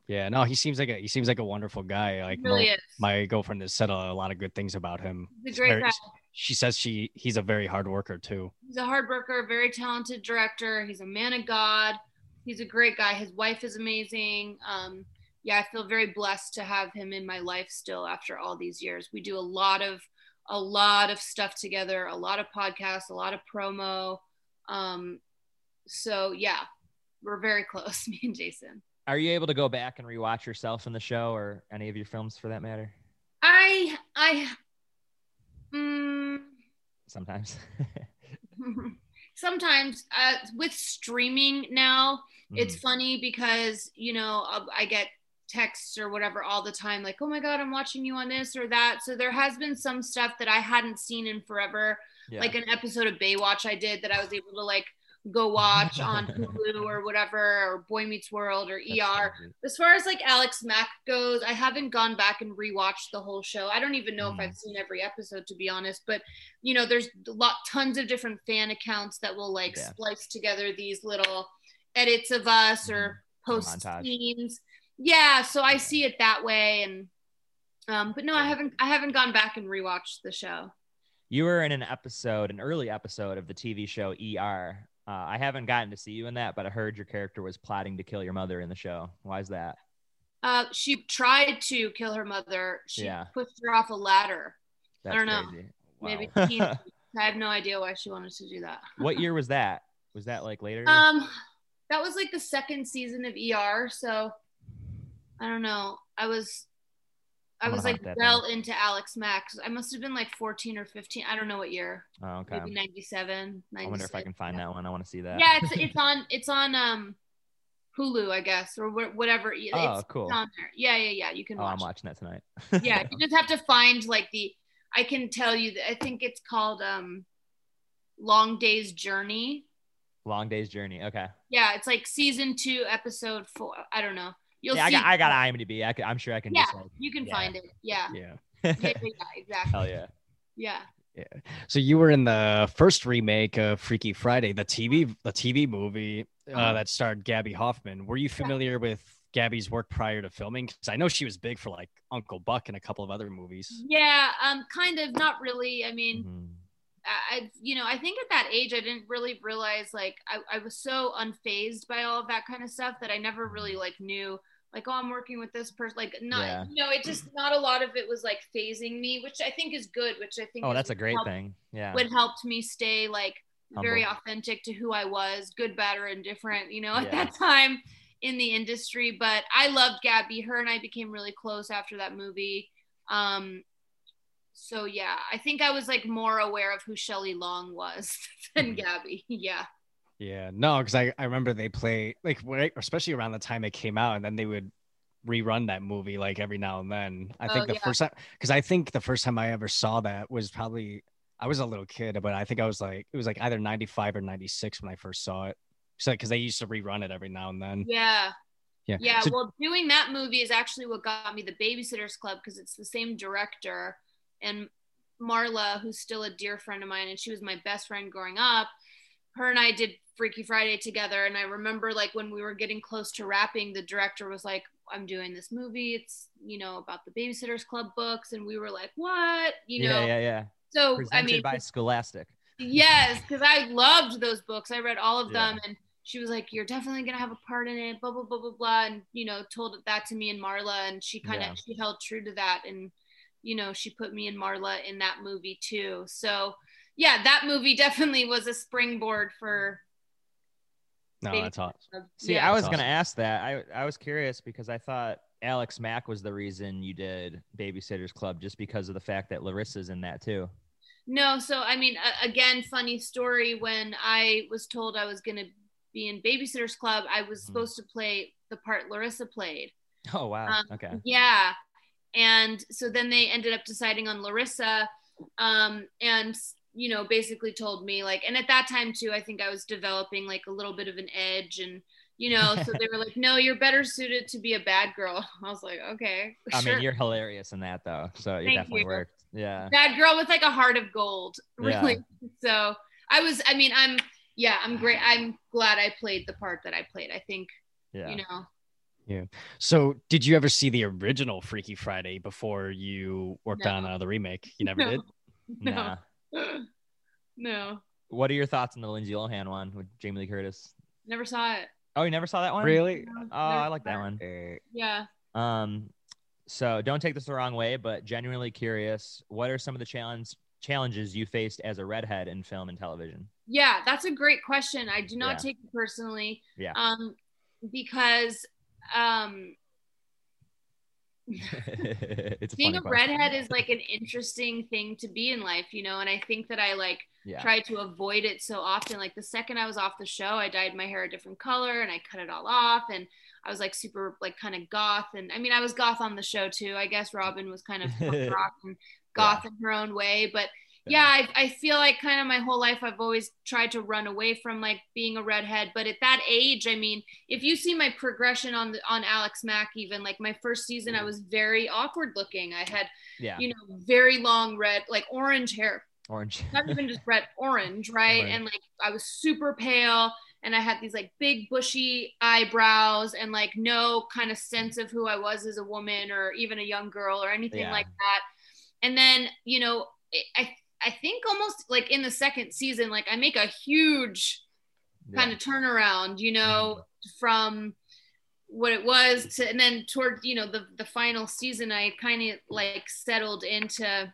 [SPEAKER 4] Yeah. No, he seems like a he seems like a wonderful guy. Like
[SPEAKER 3] He
[SPEAKER 4] mo-
[SPEAKER 3] really is
[SPEAKER 4] my girlfriend has said a, lot of good things about him.
[SPEAKER 3] he's a great
[SPEAKER 4] very-
[SPEAKER 3] guy
[SPEAKER 4] She says she he's a very hard worker too.
[SPEAKER 3] he's a hard worker very talented director he's a man of god he's a great guy his wife is amazing um, yeah i feel very blessed to have him in my life still after all these years we do a lot of a lot of stuff together a lot of podcasts a lot of promo um, so yeah we're very close me and jason
[SPEAKER 2] Are you able to go back and rewatch yourself in the show or any of your films for that matter?
[SPEAKER 3] i i mm,
[SPEAKER 2] Sometimes.
[SPEAKER 3] sometimes uh, with streaming now it's
[SPEAKER 2] Mhm.
[SPEAKER 3] funny because you know I'll- i get texts or whatever all the time like oh my god i'm watching you on this or that so there has been some stuff that i hadn't seen in forever
[SPEAKER 2] Yeah.
[SPEAKER 3] like an episode of baywatch i did that i was able to like go watch on hulu or whatever or boy meets world or
[SPEAKER 2] That's
[SPEAKER 3] er
[SPEAKER 2] crazy.
[SPEAKER 3] as far as like alex mack goes i haven't gone back and rewatched the whole show i don't even know
[SPEAKER 2] Hmm.
[SPEAKER 3] if i've seen every episode to be honest but you know there's lot tons of different fan accounts that will like
[SPEAKER 2] Yeah.
[SPEAKER 3] splice together these little edits of us or
[SPEAKER 2] Mhm. A
[SPEAKER 3] post
[SPEAKER 2] montage.
[SPEAKER 3] scenes yeah so i
[SPEAKER 2] Yeah.
[SPEAKER 3] see it that way and um but no i
[SPEAKER 2] Yeah.
[SPEAKER 3] haven't i haven't gone back and rewatched the show
[SPEAKER 2] You were in an episode, an early episode of the TV show ER. Uh, I haven't gotten to see you in that, but I heard your character was plotting to kill your mother in the show. Why is that?
[SPEAKER 3] uh she tried to kill her mother she
[SPEAKER 2] Yeah.
[SPEAKER 3] pushed her off a ladder
[SPEAKER 2] That's
[SPEAKER 3] don't know.
[SPEAKER 2] crazy.
[SPEAKER 3] maybe
[SPEAKER 2] Wow.
[SPEAKER 3] teen- i have no idea why she wanted to do that
[SPEAKER 2] what year was that? Was that like later?
[SPEAKER 3] Um, that was like the second season of ER, so I don't know. I was, I
[SPEAKER 2] I'm gonna
[SPEAKER 3] was like
[SPEAKER 2] hunt that
[SPEAKER 3] well into Alex Max. I must have been like 14 or 15. I don't know what year.
[SPEAKER 2] oh, okay.
[SPEAKER 3] Maybe 97.
[SPEAKER 2] I wonder if I
[SPEAKER 3] 96.
[SPEAKER 2] can find that one. I want to see that.
[SPEAKER 3] Yeah, it's it's on it's on um Hulu, I guess, or wh- whatever. It's
[SPEAKER 2] oh,
[SPEAKER 3] it's
[SPEAKER 2] cool.
[SPEAKER 3] on there. Yeah, yeah, yeah. You can
[SPEAKER 2] Oh, I'm
[SPEAKER 3] watch.
[SPEAKER 2] watching that tonight.
[SPEAKER 3] it. yeah, you just have to find like the. I can tell you. That, I think it's called um, Long Day's Journey.
[SPEAKER 2] Long day's journey. Okay.
[SPEAKER 3] Yeah, it's like season two, episode four. I don't know. You'll
[SPEAKER 2] yeah, I
[SPEAKER 3] see.
[SPEAKER 2] got, I got IMDb. I could, I'm sure I can
[SPEAKER 3] Yeah.
[SPEAKER 2] just like,
[SPEAKER 3] You can
[SPEAKER 2] Yeah.
[SPEAKER 3] find it. Yeah.
[SPEAKER 4] Yeah.
[SPEAKER 3] Yeah, yeah, yeah, exactly.
[SPEAKER 2] hell yeah.
[SPEAKER 3] Yeah.
[SPEAKER 4] So you were in the first remake of Freaky Friday, the TV the TV movie uh,
[SPEAKER 3] Uh-huh.
[SPEAKER 4] that starred Gabby Hoffman. Were you familiar with Gabby's work prior to filming? Because I know she was big for like Uncle Buck and a couple of other movies.
[SPEAKER 3] Yeah. Um, kind of, not really. I mean,
[SPEAKER 2] Mhm.
[SPEAKER 3] I, I, you know, I think at that age, I didn't really realize like I, I was so unfazed by all of that kind of stuff that I never really like knew like oh I'm working with this person like not
[SPEAKER 2] Mm-hmm. Yeah.
[SPEAKER 3] you know it just not a lot of it was like phasing me which I think is good which I think
[SPEAKER 2] Oh,
[SPEAKER 3] is
[SPEAKER 2] that's a
[SPEAKER 3] what
[SPEAKER 2] great
[SPEAKER 3] helped-
[SPEAKER 2] thing. Yeah.
[SPEAKER 3] what helped me stay like very
[SPEAKER 2] Humble.
[SPEAKER 3] authentic to who I was, good, better, and different, you know, at
[SPEAKER 2] Yeah.
[SPEAKER 3] that time in the industry. But I loved Gabby. Her and I became really close after that movie. Um, so yeah, I think I was like more aware of who Shelley Long was than
[SPEAKER 2] Mhm.
[SPEAKER 3] Gabby. Yeah.
[SPEAKER 4] Yeah, no, because I, I remember they play like when I- especially around the time it came out, and then they would rerun that movie like every now and then. I
[SPEAKER 3] Oh,
[SPEAKER 4] think the
[SPEAKER 3] yeah.
[SPEAKER 4] first time because I think the first time I ever saw that was probably I was a little kid, but I think I was like it was like either ninety five or ninety six when I first saw it. So because they used to rerun it every now and then.
[SPEAKER 3] Yeah.
[SPEAKER 4] Yeah.
[SPEAKER 3] Yeah.
[SPEAKER 4] So-
[SPEAKER 3] well, doing that movie is actually what got me the Babysitters Club because it's the same director and Marla, who's still a dear friend of mine, and she was my best friend growing up. Her and I did Freaky Friday together, and I remember like when we were getting close to wrapping, the director was like, "I'm doing this movie. It's you know about the Babysitters Club books," and we were like, "What?" You know.
[SPEAKER 2] yeah, yeah, yeah.
[SPEAKER 3] So
[SPEAKER 2] Presented
[SPEAKER 3] I mean,
[SPEAKER 2] by Scholastic.
[SPEAKER 3] yes, because I loved those books. I read all of
[SPEAKER 2] Yeah.
[SPEAKER 3] them, and she was like, "You're definitely gonna have a part in it." Blah blah blah blah blah, and you know, told that to me and Marla, and she kind of
[SPEAKER 2] Yeah.
[SPEAKER 3] she held true to that, and you know, she put me and Marla in that movie too. So yeah, that movie definitely was a springboard for.
[SPEAKER 4] No,
[SPEAKER 3] Big-
[SPEAKER 4] that's awesome.
[SPEAKER 2] See,
[SPEAKER 3] yeah.
[SPEAKER 2] I was
[SPEAKER 4] That's
[SPEAKER 2] gonna
[SPEAKER 4] awesome.
[SPEAKER 2] ask that. I I was curious because I thought Alex Mack was the reason you did Babysitters Club just because of the fact that Larissa's in that too.
[SPEAKER 3] No, so I mean, a- again, funny story. When I was told I was going to be in Babysitters Club, I was
[SPEAKER 2] Mhm.
[SPEAKER 3] supposed to play the part Larissa played.
[SPEAKER 2] Oh wow.
[SPEAKER 3] Um,
[SPEAKER 2] okay.
[SPEAKER 3] Yeah. And so then they ended up deciding on Larissa um, and, you know, basically told me like, and at that time too, I think I was developing like a little bit of an edge and, you know, so they were like, no, you're better suited to be a bad girl. I was like, okay.
[SPEAKER 2] I
[SPEAKER 3] sure.
[SPEAKER 2] mean, you're hilarious in that though, so it
[SPEAKER 3] Thank
[SPEAKER 2] definitely
[SPEAKER 3] you.
[SPEAKER 2] worked. Yeah.
[SPEAKER 3] Bad girl with like a heart of gold,
[SPEAKER 2] Yeah.
[SPEAKER 3] really. So I was, I mean, I'm, yeah, I'm great. I'm glad I played the part that I played. I think,
[SPEAKER 2] Yeah.
[SPEAKER 3] you know,
[SPEAKER 4] So, did you ever see the original Freaky Friday before you worked
[SPEAKER 3] No.
[SPEAKER 4] on uh, the remake? You never
[SPEAKER 3] No.
[SPEAKER 4] did.
[SPEAKER 3] no.
[SPEAKER 2] Nah.
[SPEAKER 3] no,
[SPEAKER 2] What are your thoughts on the Lindsay Lohan one with Jamie Lee Curtis?
[SPEAKER 3] never saw it.
[SPEAKER 2] Oh, you never saw that one?
[SPEAKER 4] Really? Eh,
[SPEAKER 3] No,
[SPEAKER 2] Oh,
[SPEAKER 3] never
[SPEAKER 2] I
[SPEAKER 3] saw
[SPEAKER 2] like that one.
[SPEAKER 3] Yeah.
[SPEAKER 2] Um, so don't take this the wrong way, but genuinely curious, what are some of the challenge challenges you faced as a redhead in film and television?
[SPEAKER 3] Yeah, that's a great question. I do not
[SPEAKER 2] Yeah.
[SPEAKER 3] take it personally.
[SPEAKER 2] Yeah.
[SPEAKER 3] Um, because um,
[SPEAKER 2] it's a
[SPEAKER 3] being
[SPEAKER 2] funny
[SPEAKER 3] a
[SPEAKER 2] question.
[SPEAKER 3] redhead is like an interesting thing to be in life, you know. And I think that I like
[SPEAKER 2] Yeah.
[SPEAKER 3] tried to avoid it so often. Like the second I was off the show, I dyed my hair a different color and I cut it all off. And I was like super like kind of goth. And I mean, I was goth on the show too. I guess Robin was kind of punk rock and goth in her own way, but yeah, I, I feel like kind of my whole life I've always tried to run away from like being a redhead. But at that age, I mean, if you see my progression on the on Alex Mack, even like my first season, I was very awkward looking. I had
[SPEAKER 2] Mm. Yeah.
[SPEAKER 3] you know very long red like orange hair,
[SPEAKER 2] Orange.
[SPEAKER 3] not even just red, orange, right?
[SPEAKER 2] Right.
[SPEAKER 3] And like I was super pale, and I had these like big bushy eyebrows, and like no kind of sense of who I was as a woman or even a young girl or anything
[SPEAKER 2] Yeah.
[SPEAKER 3] like that. And then you know, I- I I think almost like in the second season, like I make a huge kind of turnaround, you know, from what it was to, and then toward, you know, the, the final season, I kind of like settled into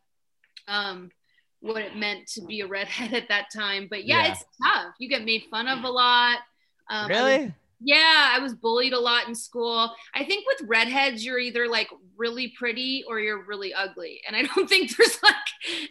[SPEAKER 3] um, what it meant to be a redhead at that time. But yeah,
[SPEAKER 2] Yeah.
[SPEAKER 3] it's tough. You get made fun of a lot. Um, I was-
[SPEAKER 2] really?
[SPEAKER 3] yeah, I was bullied a lot in school. I think with redheads, you're either like really pretty or you're really ugly, and I don't think there's like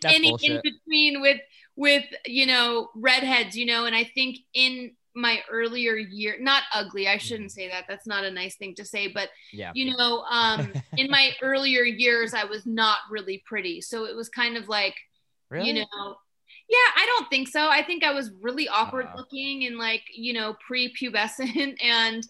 [SPEAKER 2] That's
[SPEAKER 3] any in
[SPEAKER 2] bullshit.
[SPEAKER 3] between with with you know redheads. You know, and I think in my earlier year, not ugly.
[SPEAKER 2] Mm-hmm.
[SPEAKER 3] I shouldn't say that. That's not a nice thing to say, but
[SPEAKER 2] Yeah.
[SPEAKER 3] you know, um, in my earlier years, I was not really pretty, so it was kind of like
[SPEAKER 2] Really?
[SPEAKER 3] you know yeah i don't think so i think i was really awkward
[SPEAKER 2] Uh.
[SPEAKER 3] looking and like you know prepubescent and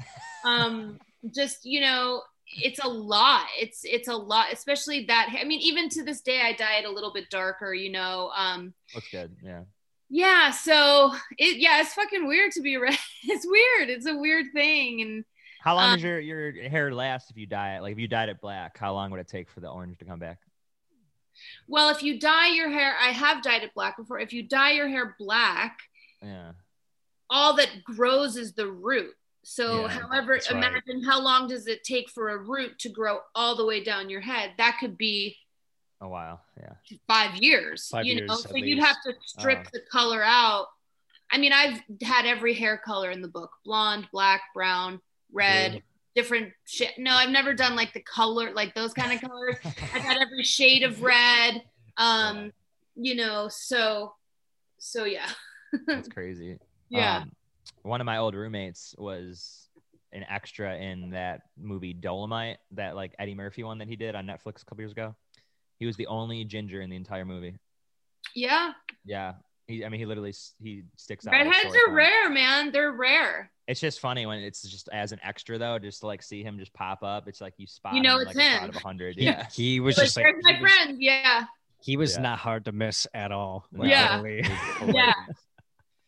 [SPEAKER 3] um just you know it's a lot it's it's a lot especially that i mean even to this day i dye it a little bit darker you know um
[SPEAKER 2] Looks good. Yeah.
[SPEAKER 3] yeah so it yeah it's fucking weird to be red it's weird it's a weird thing and
[SPEAKER 2] How long
[SPEAKER 3] Um,
[SPEAKER 2] does your, your hair last if you dye it? Like if you dyed it black, how long would it take for the orange to come back?
[SPEAKER 3] well if you dye your hair i have dyed it black before if you dye your hair black
[SPEAKER 2] Yeah.
[SPEAKER 3] all that grows is the root. So,
[SPEAKER 2] Yeah,
[SPEAKER 3] however,
[SPEAKER 2] that's right.
[SPEAKER 3] imagine how long does it take for a root to grow all the way down your head? That could be
[SPEAKER 2] A while. Yeah.
[SPEAKER 3] five years,
[SPEAKER 4] Five
[SPEAKER 3] you know.
[SPEAKER 4] years,
[SPEAKER 3] So
[SPEAKER 4] at
[SPEAKER 3] you'd
[SPEAKER 4] least.
[SPEAKER 3] have to strip
[SPEAKER 2] Oh.
[SPEAKER 3] the color out. I mean, I've had every hair color in the book: blonde, black, brown, red,
[SPEAKER 2] Blue.
[SPEAKER 3] different shit. No, I've never done like the color, like those kind of colors. I've had every shade of red. Um,
[SPEAKER 2] Yeah.
[SPEAKER 3] you know, so, so yeah,
[SPEAKER 2] That's crazy.
[SPEAKER 3] yeah.
[SPEAKER 2] Um, one of my old roommates was an extra in that movie Dolomite, that like Eddie Murphy one that he did on Netflix a couple years ago. He was the only ginger in the entire movie.
[SPEAKER 3] yeah.
[SPEAKER 2] Yeah. He, I mean, he literally s- he sticks out. like a sore
[SPEAKER 3] Redheads are
[SPEAKER 2] thumb.
[SPEAKER 3] rare, man. They're rare.
[SPEAKER 2] It's just funny when it's just as an extra though, just to like see him just pop up. It's like you spot.
[SPEAKER 3] You know
[SPEAKER 2] him,
[SPEAKER 3] it's
[SPEAKER 2] like, a
[SPEAKER 3] him.
[SPEAKER 2] crowd of a hundred.
[SPEAKER 4] He-
[SPEAKER 2] Yeah.
[SPEAKER 4] He, was
[SPEAKER 3] Like,
[SPEAKER 4] just like
[SPEAKER 3] "There's
[SPEAKER 4] he
[SPEAKER 3] my
[SPEAKER 4] was,
[SPEAKER 3] friend. Yeah,
[SPEAKER 4] he was
[SPEAKER 2] Yeah.
[SPEAKER 4] not hard to miss at all. Like,
[SPEAKER 3] Yeah.
[SPEAKER 4] literally.
[SPEAKER 3] Yeah.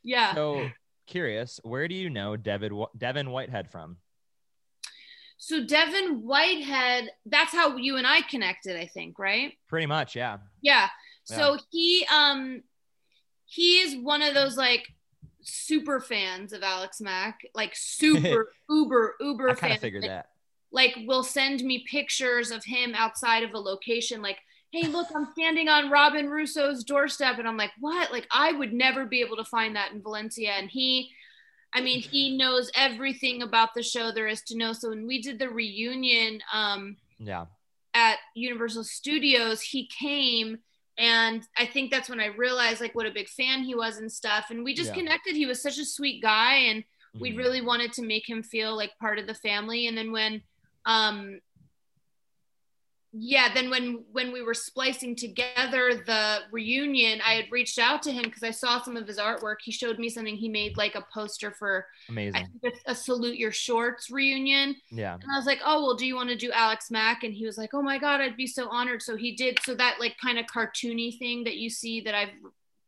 [SPEAKER 3] yeah.
[SPEAKER 2] So curious, where do you know Devin Wh- Devin Whitehead from?
[SPEAKER 3] So Devin Whitehead, that's how you and I connected, I think, right?
[SPEAKER 2] Pretty much, yeah.
[SPEAKER 3] Yeah. So he um he is one of those like super fans of Alex Mack, like super uber uber
[SPEAKER 2] I kind
[SPEAKER 3] fans.
[SPEAKER 2] of figured
[SPEAKER 3] like,
[SPEAKER 2] that.
[SPEAKER 3] like will send me pictures of him outside of a location like hey look i'm standing on robin russo's doorstep and i'm like what like i would never be able to find that in valencia and he i mean he knows everything about the show there is to know so when we did the reunion um
[SPEAKER 2] Yeah.
[SPEAKER 3] at Universal Studios, he came and I think that's when I realized like what a big fan he was and stuff. And we just
[SPEAKER 2] Yeah.
[SPEAKER 3] connected. He was such a sweet guy and we
[SPEAKER 2] Mhm.
[SPEAKER 3] really wanted to make him feel like part of the family. And then when um yeah, then when when we were splicing together the reunion, I had reached out to him because I saw some of his artwork. He showed me something he made like a poster for I
[SPEAKER 2] amazing.
[SPEAKER 3] think it's a salute your shorts reunion.
[SPEAKER 2] Yeah.
[SPEAKER 3] And I was like, oh, well, do you want to do Alex Mack? And he was like, oh my God, I'd be so honored. So he did. So that like kind of cartoony thing that you see that I've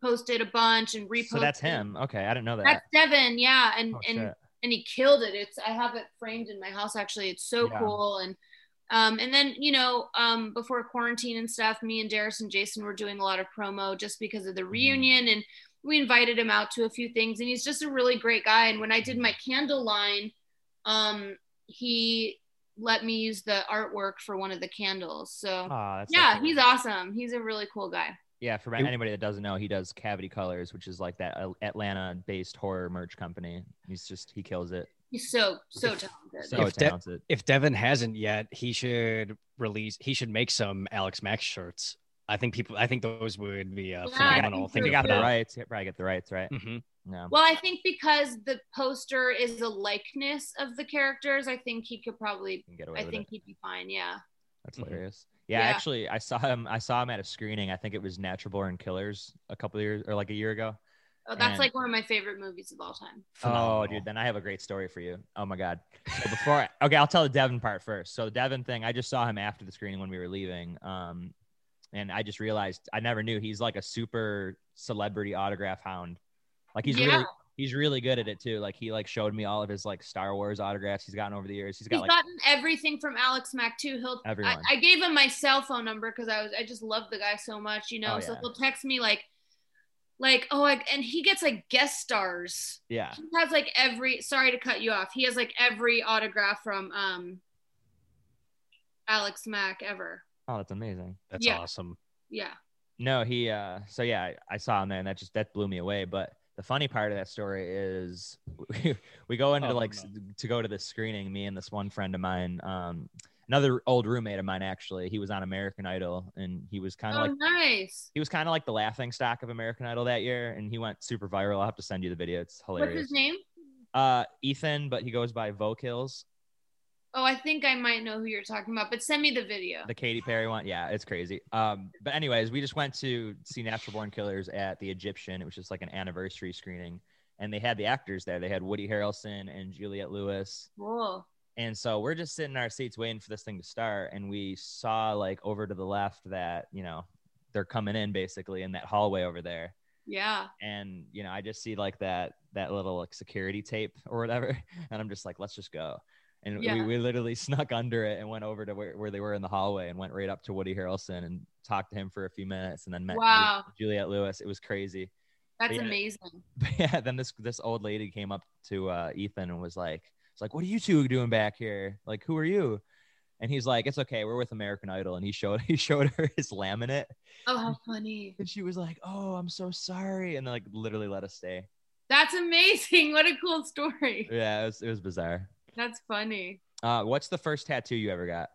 [SPEAKER 3] posted a bunch and reposted.
[SPEAKER 2] So that's him. Okay, I didn't know that.
[SPEAKER 3] That's Devin. Yeah. And,
[SPEAKER 2] Oh,
[SPEAKER 3] and,
[SPEAKER 2] shit.
[SPEAKER 3] and he killed it. It's, I have it framed in my house actually. It's so
[SPEAKER 2] Yeah.
[SPEAKER 3] cool. And, um, and then, you know, um, before quarantine and stuff, me and Darius and Jason were doing a lot of promo just because
[SPEAKER 2] Mm-hmm.
[SPEAKER 3] of the reunion and we invited him out to a few things and he's just a really great guy. And when I
[SPEAKER 2] Mm-hmm.
[SPEAKER 3] did my candle line, um, he let me use the artwork for one of the candles. So
[SPEAKER 2] Aw, Oh, that's so
[SPEAKER 3] yeah,
[SPEAKER 2] cool.
[SPEAKER 3] he's awesome. He's a really cool guy.
[SPEAKER 2] Yeah, for
[SPEAKER 4] It-
[SPEAKER 2] anybody that doesn't know, he does Cavity Colors, which is like that Al- Atlanta-based horror merch company. He's just he kills it.
[SPEAKER 3] He's so so
[SPEAKER 4] If-
[SPEAKER 3] talented.
[SPEAKER 2] So
[SPEAKER 4] If that-
[SPEAKER 2] talented.
[SPEAKER 4] If Devin hasn't yet, he should release. He should make some Alex Max shirts. I think people. I think those would be a
[SPEAKER 3] Yeah, I
[SPEAKER 4] phenomenal
[SPEAKER 3] think
[SPEAKER 4] thing
[SPEAKER 3] so,
[SPEAKER 2] They
[SPEAKER 4] to
[SPEAKER 2] got
[SPEAKER 4] put
[SPEAKER 2] the
[SPEAKER 4] out.
[SPEAKER 2] rights. They probably get the rights, right?
[SPEAKER 4] Mhm.
[SPEAKER 2] No.
[SPEAKER 3] Well, I think because the poster is a likeness of the characters, I think he could probably.
[SPEAKER 2] Can get away
[SPEAKER 3] I
[SPEAKER 2] with
[SPEAKER 3] think
[SPEAKER 2] it.
[SPEAKER 3] he'd be fine. Yeah.
[SPEAKER 2] That's
[SPEAKER 4] Mhm.
[SPEAKER 2] hilarious. Yeah,
[SPEAKER 3] Yeah.
[SPEAKER 2] actually, I saw him. I saw him at a screening. I think it was Natural Born Killers a couple of years or like a year ago.
[SPEAKER 3] Oh, that's
[SPEAKER 2] And-
[SPEAKER 3] like one of my favorite movies of all time.
[SPEAKER 2] Oh, dude, then I have a great story for you. Oh my god. So before, I, okay, I'll tell the Devin part first. So the Devin thing, I just saw him after the screening when we were leaving, um, and I just realized I never knew he's like a super celebrity autograph hound. Like he's
[SPEAKER 3] Yeah.
[SPEAKER 2] really he's really good at it too. Like he like showed me all of his like Star Wars autographs he's gotten over the years. He's got
[SPEAKER 3] He's
[SPEAKER 2] like
[SPEAKER 3] gotten everything from Alex Mack too. He'll. I,
[SPEAKER 2] Everyone.
[SPEAKER 3] I gave him my cell phone number because I was. I just love the guy so much, you know.
[SPEAKER 2] Oh,
[SPEAKER 3] So
[SPEAKER 2] yeah.
[SPEAKER 3] he'll text me like, like oh, I, and he gets like guest stars.
[SPEAKER 2] yeah,
[SPEAKER 3] He has like every. Sorry to cut you off. He has like every autograph from um. Alex Mack ever.
[SPEAKER 2] oh that's amazing.
[SPEAKER 4] That's
[SPEAKER 3] Yeah.
[SPEAKER 4] awesome.
[SPEAKER 3] Yeah.
[SPEAKER 2] No, he uh so yeah, I, I saw him there and that just that blew me away. But the funny part of that story is we, go into
[SPEAKER 4] Oh,
[SPEAKER 2] like
[SPEAKER 4] no.
[SPEAKER 2] s- to go to this screening, me and this one friend of mine, um another old roommate of mine actually, he was on American Idol and he was kind
[SPEAKER 3] Oh,
[SPEAKER 2] of like
[SPEAKER 3] nice.
[SPEAKER 2] he was kind of like the laughing stock of American Idol that year and he went super viral. I'll have to send you the video. It's hilarious.
[SPEAKER 3] What's his name?
[SPEAKER 2] Uh Ethan, but he goes by Vocals,
[SPEAKER 3] Oh, I think I might know who you're talking about, but send me the video.
[SPEAKER 2] the Katy Perry one. Yeah, it's crazy. Um but anyways, we just went to see Natural Born Killers at the Egyptian. It was just like an anniversary screening. and they had the actors there. They had Woody Harrelson and Juliette Lewis.
[SPEAKER 3] Cool.
[SPEAKER 2] And so we're just sitting in our seats waiting for this thing to start. And we saw like over to the left that, you know, they're coming in basically in that hallway over there.
[SPEAKER 3] Yeah.
[SPEAKER 2] And, you know, I just see like that that little like security tape or whatever. And I'm just like, let's just go. And we,
[SPEAKER 3] Yeah.
[SPEAKER 2] we literally snuck under it and went over to where, where they were in the hallway and went right up to Woody Harrelson and talked to him for a few minutes and then met Ju-
[SPEAKER 3] Wow.
[SPEAKER 2] Juliette Lewis. It was crazy.
[SPEAKER 3] That's
[SPEAKER 2] Yeah.
[SPEAKER 3] amazing.
[SPEAKER 2] But yeah, then this this old lady came up to uh, Ethan and was like, "It's like, what are you two doing back here? Like, who are you?" And he's like, "It's okay, we're with American Idol." And he showed he showed her his laminate,
[SPEAKER 3] Oh, how funny.
[SPEAKER 2] and she was like, "Oh, I'm so sorry," and then like literally let us stay.
[SPEAKER 3] That's amazing. What a cool story.
[SPEAKER 2] Yeah, it was it was bizarre.
[SPEAKER 3] That's funny.
[SPEAKER 2] Uh, what's the first tattoo you ever got?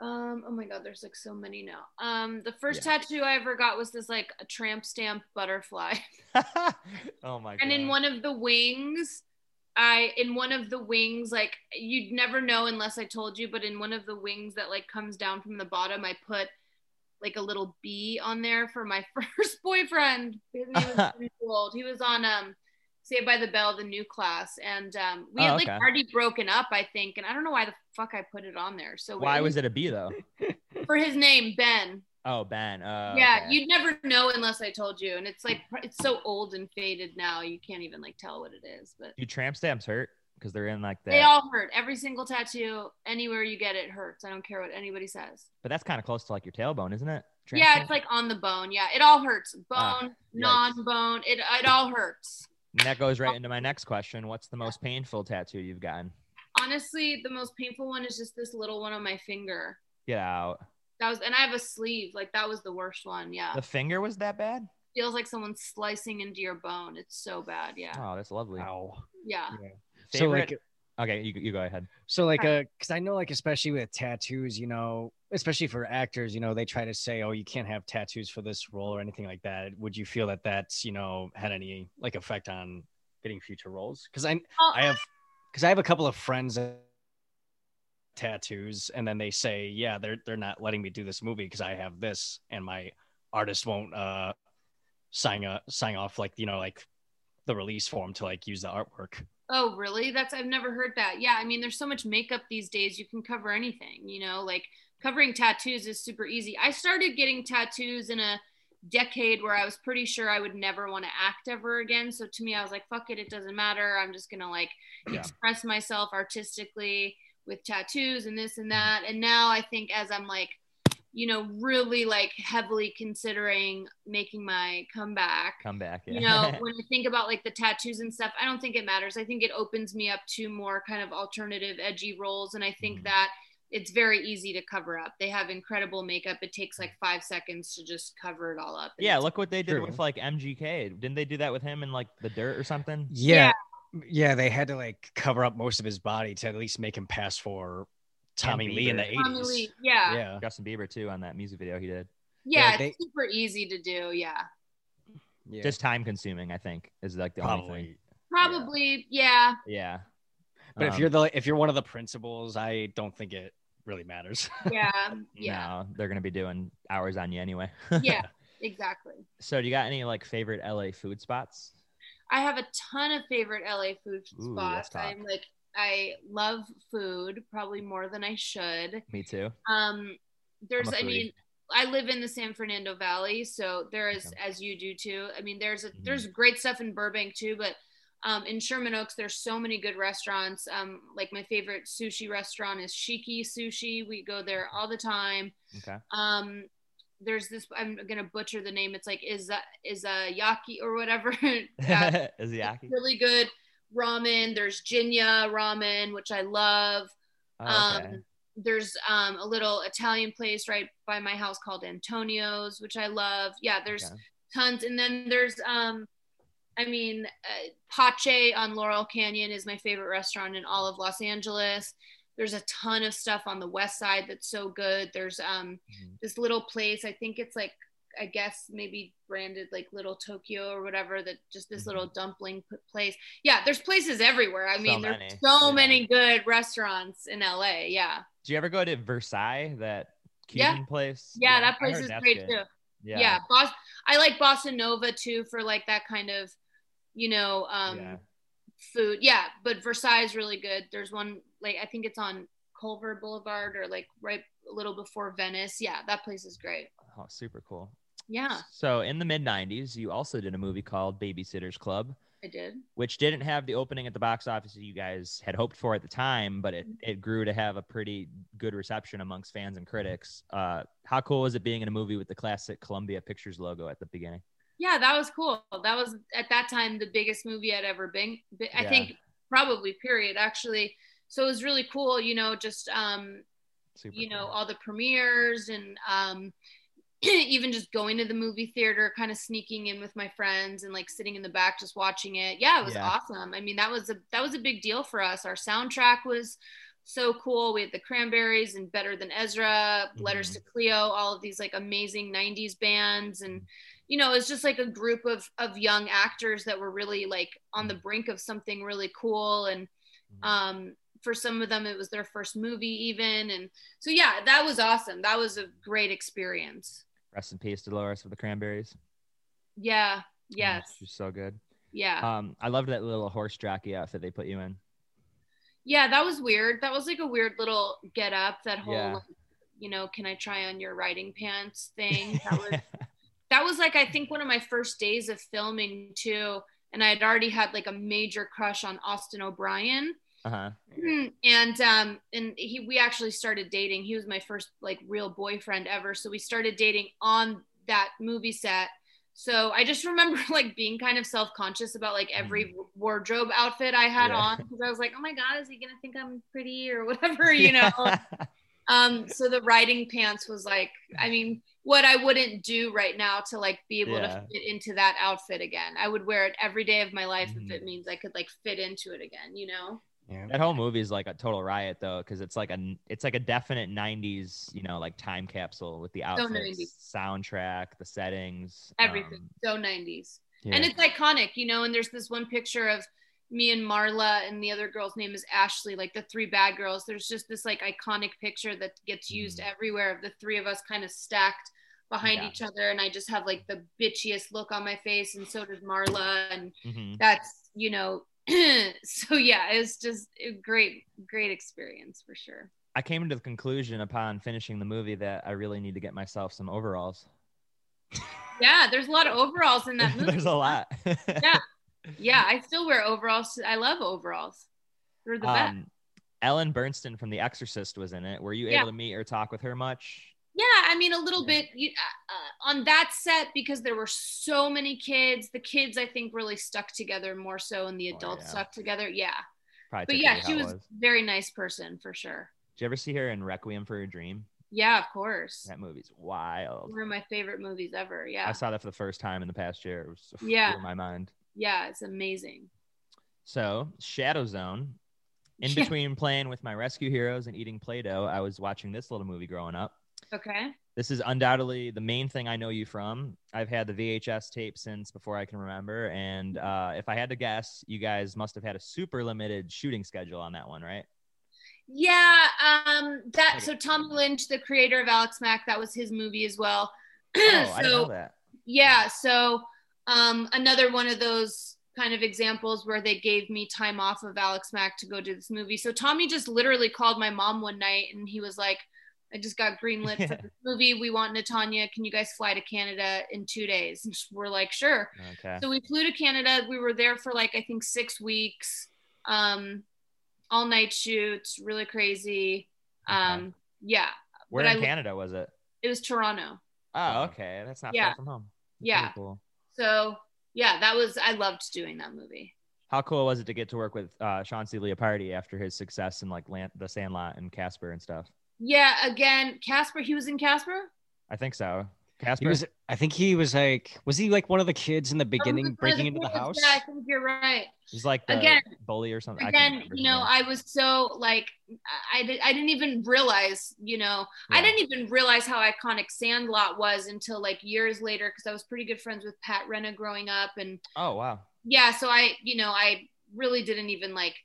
[SPEAKER 3] Um, oh my god, there's like so many now. Um, the first
[SPEAKER 2] Yeah.
[SPEAKER 3] tattoo I ever got was this like a tramp stamp butterfly.
[SPEAKER 2] oh my god!
[SPEAKER 3] And in one of the wings, I in one of the wings, like you'd never know unless I told you, but in one of the wings that like comes down from the bottom, I put like a little bee on there for my first boyfriend. His name was pretty old. He was on um Saved by the Bell, the new class, and um, we
[SPEAKER 2] Oh,
[SPEAKER 3] had like
[SPEAKER 2] okay.
[SPEAKER 3] already broken up, I think, and I don't know why the fuck I put it on there. So
[SPEAKER 2] why was it a B though?
[SPEAKER 3] for his name Ben?
[SPEAKER 2] Oh Ben. Uh,
[SPEAKER 3] yeah,
[SPEAKER 2] okay.
[SPEAKER 3] you'd never know unless I told you, and it's like pr- it's so old and faded now, you can't even like tell what it is, but.
[SPEAKER 2] Do tramp stamps hurt because they're in like that.
[SPEAKER 3] They all hurt. Every single tattoo, anywhere you get it hurts. I don't care what anybody says.
[SPEAKER 2] but that's kind of close to like your tailbone, isn't it?
[SPEAKER 3] Yeah, it's like on the bone. Yeah, it all hurts. Bone,
[SPEAKER 2] Ah,
[SPEAKER 3] non-bone. It it all hurts.
[SPEAKER 2] And that goes right into my next question. What's the most painful tattoo you've gotten?
[SPEAKER 3] Honestly, the most painful one is just this little one on my finger.
[SPEAKER 2] Get out.
[SPEAKER 3] That was, and I have a sleeve. Like that was the worst one. Yeah,
[SPEAKER 2] The finger was that bad?
[SPEAKER 3] feels like someone's slicing into your bone. It's so bad. Yeah,
[SPEAKER 2] Oh, that's lovely.
[SPEAKER 4] Wow.
[SPEAKER 3] yeah.
[SPEAKER 4] So
[SPEAKER 2] Favorite-
[SPEAKER 4] like
[SPEAKER 2] okay, you, you go ahead.
[SPEAKER 4] So like uh cuz I know like especially with tattoos, you know, especially for actors, you know, they try to say, "Oh, you can't have tattoos for this role or anything like that." Would you feel that that's, you know, had any like effect on getting future roles? Cuz I
[SPEAKER 3] Oh,
[SPEAKER 4] I have cuz I have a couple of friends that tattoos and then they say, "Yeah, they're they're not letting me do this movie cuz I have this and my artist won't uh sign a sign off like, you know, like the release form to like use the artwork."
[SPEAKER 3] oh, really? That's I've never heard that. Yeah, I mean, there's so much makeup these days. You can cover anything. You know, like covering tattoos is super easy. I started getting tattoos in a decade where I was pretty sure I would never want to act ever again. So to me, I was like, fuck it, it doesn't matter. I'm just gonna like
[SPEAKER 2] Yeah.
[SPEAKER 3] express myself artistically with tattoos and this and that. And now I think as I'm like, you know, really like heavily considering making my comeback
[SPEAKER 2] Come back. Yeah.
[SPEAKER 3] you know when i think about like the tattoos and stuff i don't think it matters i think it opens me up to more kind of alternative edgy roles and i think
[SPEAKER 2] Mhm.
[SPEAKER 3] that it's very easy to cover up they have incredible makeup it takes like five seconds to just cover it all up And
[SPEAKER 2] yeah,
[SPEAKER 3] it's-
[SPEAKER 2] look what they did
[SPEAKER 4] True.
[SPEAKER 2] with like MGK. Didn't they do that with him in like the dirt or something?
[SPEAKER 4] Yeah. Yeah, they had to like cover up most of his body to at least make him pass for Tommy Lee in the
[SPEAKER 2] Bieber.
[SPEAKER 4] 80s.
[SPEAKER 3] Tommy Lee, yeah yeah,
[SPEAKER 4] Yeah.
[SPEAKER 2] Justin Bieber too on that music video he did.
[SPEAKER 4] Yeah,
[SPEAKER 3] it's
[SPEAKER 4] they-
[SPEAKER 3] super easy to do yeah
[SPEAKER 4] yeah.
[SPEAKER 2] Just time consuming, I think, is like the only thing.
[SPEAKER 4] probably.
[SPEAKER 3] probably yeah,
[SPEAKER 2] Yeah.
[SPEAKER 4] But if
[SPEAKER 2] Um,
[SPEAKER 4] you're the if you're one of the principals, I don't think it really matters.
[SPEAKER 3] yeah um, yeah
[SPEAKER 2] no, they're gonna be doing hours on you anyway.
[SPEAKER 3] yeah, exactly
[SPEAKER 2] So do you got any like favorite LA food spots?
[SPEAKER 3] I have a ton of favorite LA food
[SPEAKER 2] Ooh, let's
[SPEAKER 3] spots.
[SPEAKER 2] talk.
[SPEAKER 3] I'm like, I love food probably more than I should.
[SPEAKER 2] Me too.
[SPEAKER 3] Um, there's,
[SPEAKER 2] I'm a
[SPEAKER 3] I
[SPEAKER 2] foodie.
[SPEAKER 3] mean, I live in the San Fernando Valley, so there is,
[SPEAKER 2] Okay.
[SPEAKER 3] as you do too. I mean, there's a,
[SPEAKER 2] Mhm.
[SPEAKER 3] there's great stuff in Burbank too, but um, in Sherman Oaks, there's so many good restaurants. Um, like my favorite sushi restaurant is Shiki Sushi. We go there all the time.
[SPEAKER 2] Okay.
[SPEAKER 3] Um, there's this. I'm gonna butcher the name. It's like is is a yaki or whatever. Uh,
[SPEAKER 2] is it
[SPEAKER 3] it's
[SPEAKER 2] yaki?
[SPEAKER 3] really good ramen. There's Jinya ramen, which I love.
[SPEAKER 2] Oh, okay.
[SPEAKER 3] Um, there's um, a little Italian place right by my house called Antonio's, which I love. Yeah, there's
[SPEAKER 2] Okay.
[SPEAKER 3] tons. And then there's, um, I mean, uh, Pache on Laurel Canyon is my favorite restaurant in all of Los Angeles. There's a ton of stuff on the west side that's so good. There's um,
[SPEAKER 2] Mhm.
[SPEAKER 3] this little place, I think it's like, I guess maybe branded like Little Tokyo or whatever, that just this
[SPEAKER 2] Mhm.
[SPEAKER 3] little dumpling p- place. Yeah, there's places everywhere. I
[SPEAKER 2] So
[SPEAKER 3] mean, there's
[SPEAKER 2] many.
[SPEAKER 3] so
[SPEAKER 2] Yeah.
[SPEAKER 3] many good restaurants in LA. Yeah.
[SPEAKER 2] Do you ever go to Versailles, that
[SPEAKER 3] Yeah.
[SPEAKER 2] Cuban place?
[SPEAKER 3] Yeah,
[SPEAKER 2] I
[SPEAKER 3] that place
[SPEAKER 2] heard
[SPEAKER 3] is
[SPEAKER 2] that's
[SPEAKER 3] great
[SPEAKER 2] good.
[SPEAKER 3] too.
[SPEAKER 2] Yeah.
[SPEAKER 3] Yeah. Bos- I like Bossa Nova too for like that kind of, you know, um,
[SPEAKER 2] Yeah.
[SPEAKER 3] food. Yeah, but Versailles is really good. There's one like I think it's on Culver Boulevard or like right a little before Venice. Yeah, that place is great.
[SPEAKER 2] Oh, super cool.
[SPEAKER 3] Yeah,
[SPEAKER 2] So in the mid '90s, you also did a movie called Babysitters Club,
[SPEAKER 3] I did.
[SPEAKER 2] which didn't have the opening at the box office that you guys had hoped for at the time, but it, it grew to have a pretty good reception amongst fans and critics. Uh, how cool was it being in a movie with the classic Columbia Pictures logo at the beginning?
[SPEAKER 3] Yeah, that was cool. That was at that time the biggest movie I'd ever been. bi- I
[SPEAKER 2] Yeah.
[SPEAKER 3] think probably period actually. So it was really cool, you know, just um,
[SPEAKER 2] Super
[SPEAKER 3] you know
[SPEAKER 2] cool.
[SPEAKER 3] all the premieres and um even just going to the movie theater kind of sneaking in with my friends and like sitting in the back just watching it yeah it was
[SPEAKER 2] Yeah.
[SPEAKER 3] awesome i mean that was a that was a big deal for us our soundtrack was so cool we had the cranberries and better than ezra letters
[SPEAKER 2] Mhm.
[SPEAKER 3] to cleo all of these like amazing 90s bands and you know it's just like a group of of young actors that were really like on the brink of something really cool and um, for some of them it was their first movie even and so yeah that was awesome that was a great experience
[SPEAKER 2] Rest in peace, Dolores of the Cranberries.
[SPEAKER 3] yeah
[SPEAKER 2] Oh,
[SPEAKER 3] yes
[SPEAKER 2] she's so good.
[SPEAKER 3] yeah
[SPEAKER 2] Um, I loved that little horse jockey outfit they put you in.
[SPEAKER 3] yeah that was weird that was like a weird little get up that whole
[SPEAKER 2] Yeah.
[SPEAKER 3] like, you know can i try on your riding pants thing that was that was like I think one of my first days of filming too, and I had already had like a major crush on Austin O'Brien.
[SPEAKER 2] Uh-huh.
[SPEAKER 3] and um and he we actually started dating he was my first like real boyfriend ever so we started dating on that movie set so i just remember like being kind of self-conscious about like every wardrobe outfit i had
[SPEAKER 2] Mm-hmm. Yeah.
[SPEAKER 3] on because i was like oh my god is he gonna think i'm pretty or whatever you know um so the riding pants was like i mean what i wouldn't do right now to like be able
[SPEAKER 2] Yeah.
[SPEAKER 3] to fit into that outfit again i would wear it every day of my life
[SPEAKER 4] Mhm.
[SPEAKER 3] if
[SPEAKER 2] Mm-hmm.
[SPEAKER 3] it means i could like fit into it again you know
[SPEAKER 4] Yeah.
[SPEAKER 2] That whole movie is like a total riot though, because it's like a it's like a definite '90s, you know, like time capsule with the outfits,
[SPEAKER 3] 90s.
[SPEAKER 2] soundtrack, the settings,
[SPEAKER 3] Everything.
[SPEAKER 2] um,
[SPEAKER 3] so 90s
[SPEAKER 2] yeah.
[SPEAKER 3] and it's iconic you know and there's this one picture of me and marla and the other girl's name is ashley like the three bad girls there's just this like iconic picture that gets used
[SPEAKER 2] Mhm.
[SPEAKER 3] everywhere of the three of us kind of stacked behind
[SPEAKER 2] Yeah.
[SPEAKER 3] each other and i just have like the bitchiest look on my face and so does marla and
[SPEAKER 2] Mhm.
[SPEAKER 3] that's you know so yeah it's just a great great experience for sure
[SPEAKER 2] I came to the conclusion upon finishing the movie that I really need to get myself some overalls.
[SPEAKER 3] yeah there's a lot of overalls in that movie
[SPEAKER 2] There's a lot.
[SPEAKER 3] yeah i still wear overalls i love overalls they're the best
[SPEAKER 2] Um, Ellen Burstyn from The Exorcist was in it. Were you
[SPEAKER 3] Yeah.
[SPEAKER 2] able to meet or talk with her much?
[SPEAKER 3] Yeah, I mean, a little bit you, uh, uh, on that set because there were so many kids. The kids, I think, really stuck together more so, and the
[SPEAKER 2] Oh,
[SPEAKER 3] adults
[SPEAKER 2] yeah.
[SPEAKER 3] stuck together. Yeah,
[SPEAKER 2] Probably
[SPEAKER 3] but
[SPEAKER 2] typically
[SPEAKER 3] yeah,
[SPEAKER 2] how
[SPEAKER 3] she
[SPEAKER 2] it
[SPEAKER 3] was a very nice person for sure.
[SPEAKER 2] Did you ever see her in Requiem for a Dream?
[SPEAKER 3] Yeah, of course,
[SPEAKER 2] That movie's wild.
[SPEAKER 3] one of my favorite movies ever.
[SPEAKER 2] I
[SPEAKER 3] Yeah,
[SPEAKER 2] saw that for the first time in the past year. It was
[SPEAKER 3] Yeah.
[SPEAKER 2] blew my mind.
[SPEAKER 3] yeah, it's amazing.
[SPEAKER 2] So Shadow Zone. In
[SPEAKER 3] Yeah.
[SPEAKER 2] between playing with my rescue heroes and eating Play-Doh, I was watching this little movie growing up.
[SPEAKER 3] Okay,
[SPEAKER 2] This is undoubtedly the main thing I know you from. I've had the VHS tape since before I can remember, and uh, if I had to guess, you guys must have had a super limited shooting schedule on that one, right?
[SPEAKER 3] yeah, um, that
[SPEAKER 2] Okay.
[SPEAKER 3] so Tom Lynch, the creator of Alex Mack, that was his movie as well.
[SPEAKER 2] Oh, I didn't
[SPEAKER 3] So-
[SPEAKER 2] know that.
[SPEAKER 3] yeah so um, another one of those kind of examples where they gave me time off of alex mack to go do this movie so tommy just literally called my mom one night and he was like i just got greenlit for this movie we want natanya can you guys fly to canada in two days and we're like sure
[SPEAKER 2] Okay.
[SPEAKER 3] so we flew to Canada. We were there for like I think six weeks, um, all night shoots, really crazy. Um,
[SPEAKER 2] Okay.
[SPEAKER 3] Yeah,
[SPEAKER 2] Where
[SPEAKER 3] but
[SPEAKER 2] in
[SPEAKER 3] I-
[SPEAKER 2] Canada was it?
[SPEAKER 3] it was Toronto.
[SPEAKER 4] Uh-huh.
[SPEAKER 2] Oh, okay. That's not
[SPEAKER 3] Yeah.
[SPEAKER 2] far from home. That's
[SPEAKER 3] Yeah.
[SPEAKER 2] pretty Cool.
[SPEAKER 3] So yeah, that was I loved doing that movie.
[SPEAKER 2] How cool was it to get to work with uh, Chauncey Leopardi after his success in like Lan- The Sandlot and Casper and stuff?
[SPEAKER 3] Yeah, again, Casper. He was in Casper.
[SPEAKER 2] I think so.
[SPEAKER 4] He
[SPEAKER 2] Casper.
[SPEAKER 4] was, I think he was like, was he like one of the kids in the beginning
[SPEAKER 3] Oh, he was one of
[SPEAKER 4] breaking into the
[SPEAKER 3] kids.
[SPEAKER 4] house?
[SPEAKER 3] Yeah, I think you're right.
[SPEAKER 2] He's like the
[SPEAKER 3] Again-
[SPEAKER 2] bully or something. I can't
[SPEAKER 3] Again,
[SPEAKER 2] remember
[SPEAKER 3] you
[SPEAKER 2] his
[SPEAKER 3] know,
[SPEAKER 2] name.
[SPEAKER 3] I was so like, I, I, di- I didn't even realize, you know, I
[SPEAKER 2] Yeah.
[SPEAKER 3] didn't even realize how iconic Sandlot was until like years later because I was pretty good friends with Pat Renna growing up. And
[SPEAKER 2] Oh wow.
[SPEAKER 3] yeah, so I, you know, I really didn't even like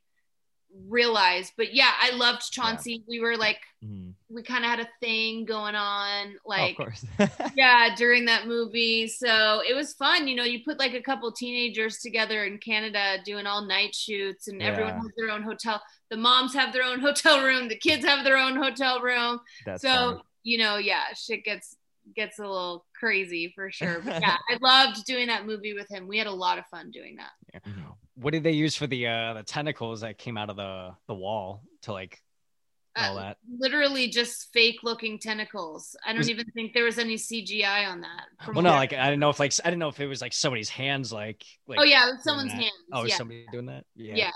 [SPEAKER 3] realize. But yeah, I loved Chauncey. We were like,
[SPEAKER 2] Mhm.
[SPEAKER 3] we kind of had a thing going on. Like,
[SPEAKER 2] oh, of course.
[SPEAKER 3] yeah, during that movie. So it was fun. You know, you put like a couple teenagers together in Canada doing all night shoots, and everyone
[SPEAKER 2] Yeah.
[SPEAKER 3] has their own hotel. The moms have their own hotel room. The kids have their own hotel room.
[SPEAKER 2] That's
[SPEAKER 3] so
[SPEAKER 2] funny.
[SPEAKER 3] you know, yeah, shit gets gets a little crazy for sure. But yeah, I loved doing that movie with him. We had a lot of fun doing that.
[SPEAKER 2] Mhm.
[SPEAKER 4] What did they use for the uh the tentacles that came out of the the wall to like all
[SPEAKER 3] Uh,
[SPEAKER 4] that?
[SPEAKER 3] Literally just fake looking tentacles. I don't
[SPEAKER 4] Was-
[SPEAKER 3] even think there was any CGI on that. from
[SPEAKER 4] Well, no,
[SPEAKER 3] what-
[SPEAKER 4] like I didn't know if like I didn't know if it was like somebody's hands, like like
[SPEAKER 3] oh yeah, it was
[SPEAKER 4] doing
[SPEAKER 3] someone's
[SPEAKER 4] that.
[SPEAKER 3] hands.
[SPEAKER 4] oh, is
[SPEAKER 3] yeah.
[SPEAKER 4] somebody doing that? Yeah,
[SPEAKER 3] Yeah.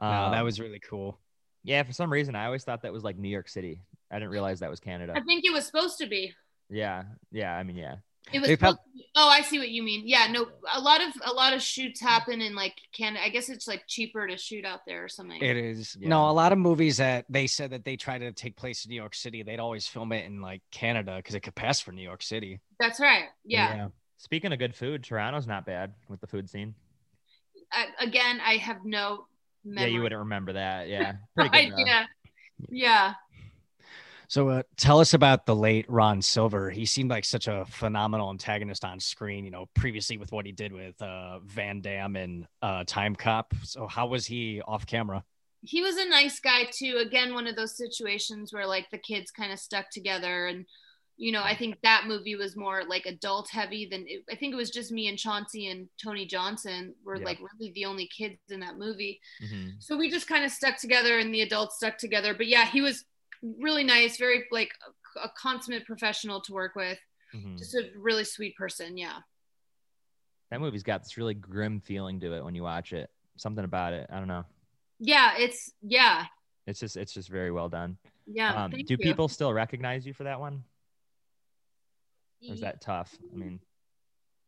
[SPEAKER 4] No, that
[SPEAKER 2] Um,
[SPEAKER 4] was really cool.
[SPEAKER 2] yeah. For some reason, I always thought that was like New York City. I didn't realize that was Canada.
[SPEAKER 3] I think it was supposed to be.
[SPEAKER 2] Yeah. Yeah. I mean, yeah.
[SPEAKER 3] It was.
[SPEAKER 4] They prob-
[SPEAKER 3] supposed to be- oh, I see what you mean. Yeah, no, a lot of a lot of shoots happen in like Canada. I guess it's like cheaper to shoot out there or something.
[SPEAKER 4] It is
[SPEAKER 2] Yeah.
[SPEAKER 4] no a lot of movies that they said that they try to take place in New York City. They'd always film it in like Canada because it could pass for New York City.
[SPEAKER 3] That's right. Yeah.
[SPEAKER 2] Speaking of good food, Toronto's not bad with the food scene.
[SPEAKER 3] I, again, I have no memory.
[SPEAKER 2] Yeah, you wouldn't remember that. Yeah. Pretty good. though.
[SPEAKER 3] yeah. Yeah.
[SPEAKER 4] So uh, tell us about the late Ron Silver. He seemed like such a phenomenal antagonist on screen, you know, previously with what he did with uh, Van Damme and uh, Time Cop. So how was he off camera?
[SPEAKER 3] He was a nice guy too. Again, one of those situations where like the kids kind of stuck together and you know, I think that movie was more like adult heavy than it, I think it was just me and Chauncey and Tony Johnson were
[SPEAKER 2] Yeah.
[SPEAKER 3] like really the only kids in that movie.
[SPEAKER 2] Mhm.
[SPEAKER 3] So we just kind of stuck together and the adults stuck together. But yeah, he was really nice, very like a, a consummate professional to work with,
[SPEAKER 2] Mhm.
[SPEAKER 3] just a really sweet person. Yeah.
[SPEAKER 2] That movie's got this really grim feeling to it when you watch it. Something about it. I don't know.
[SPEAKER 3] Yeah. It's, yeah.
[SPEAKER 2] It's just it's just very well done.
[SPEAKER 3] Yeah.
[SPEAKER 2] um, do
[SPEAKER 3] Oh, thank you.
[SPEAKER 2] people still recognize you for that one? Or is that tough? I mean,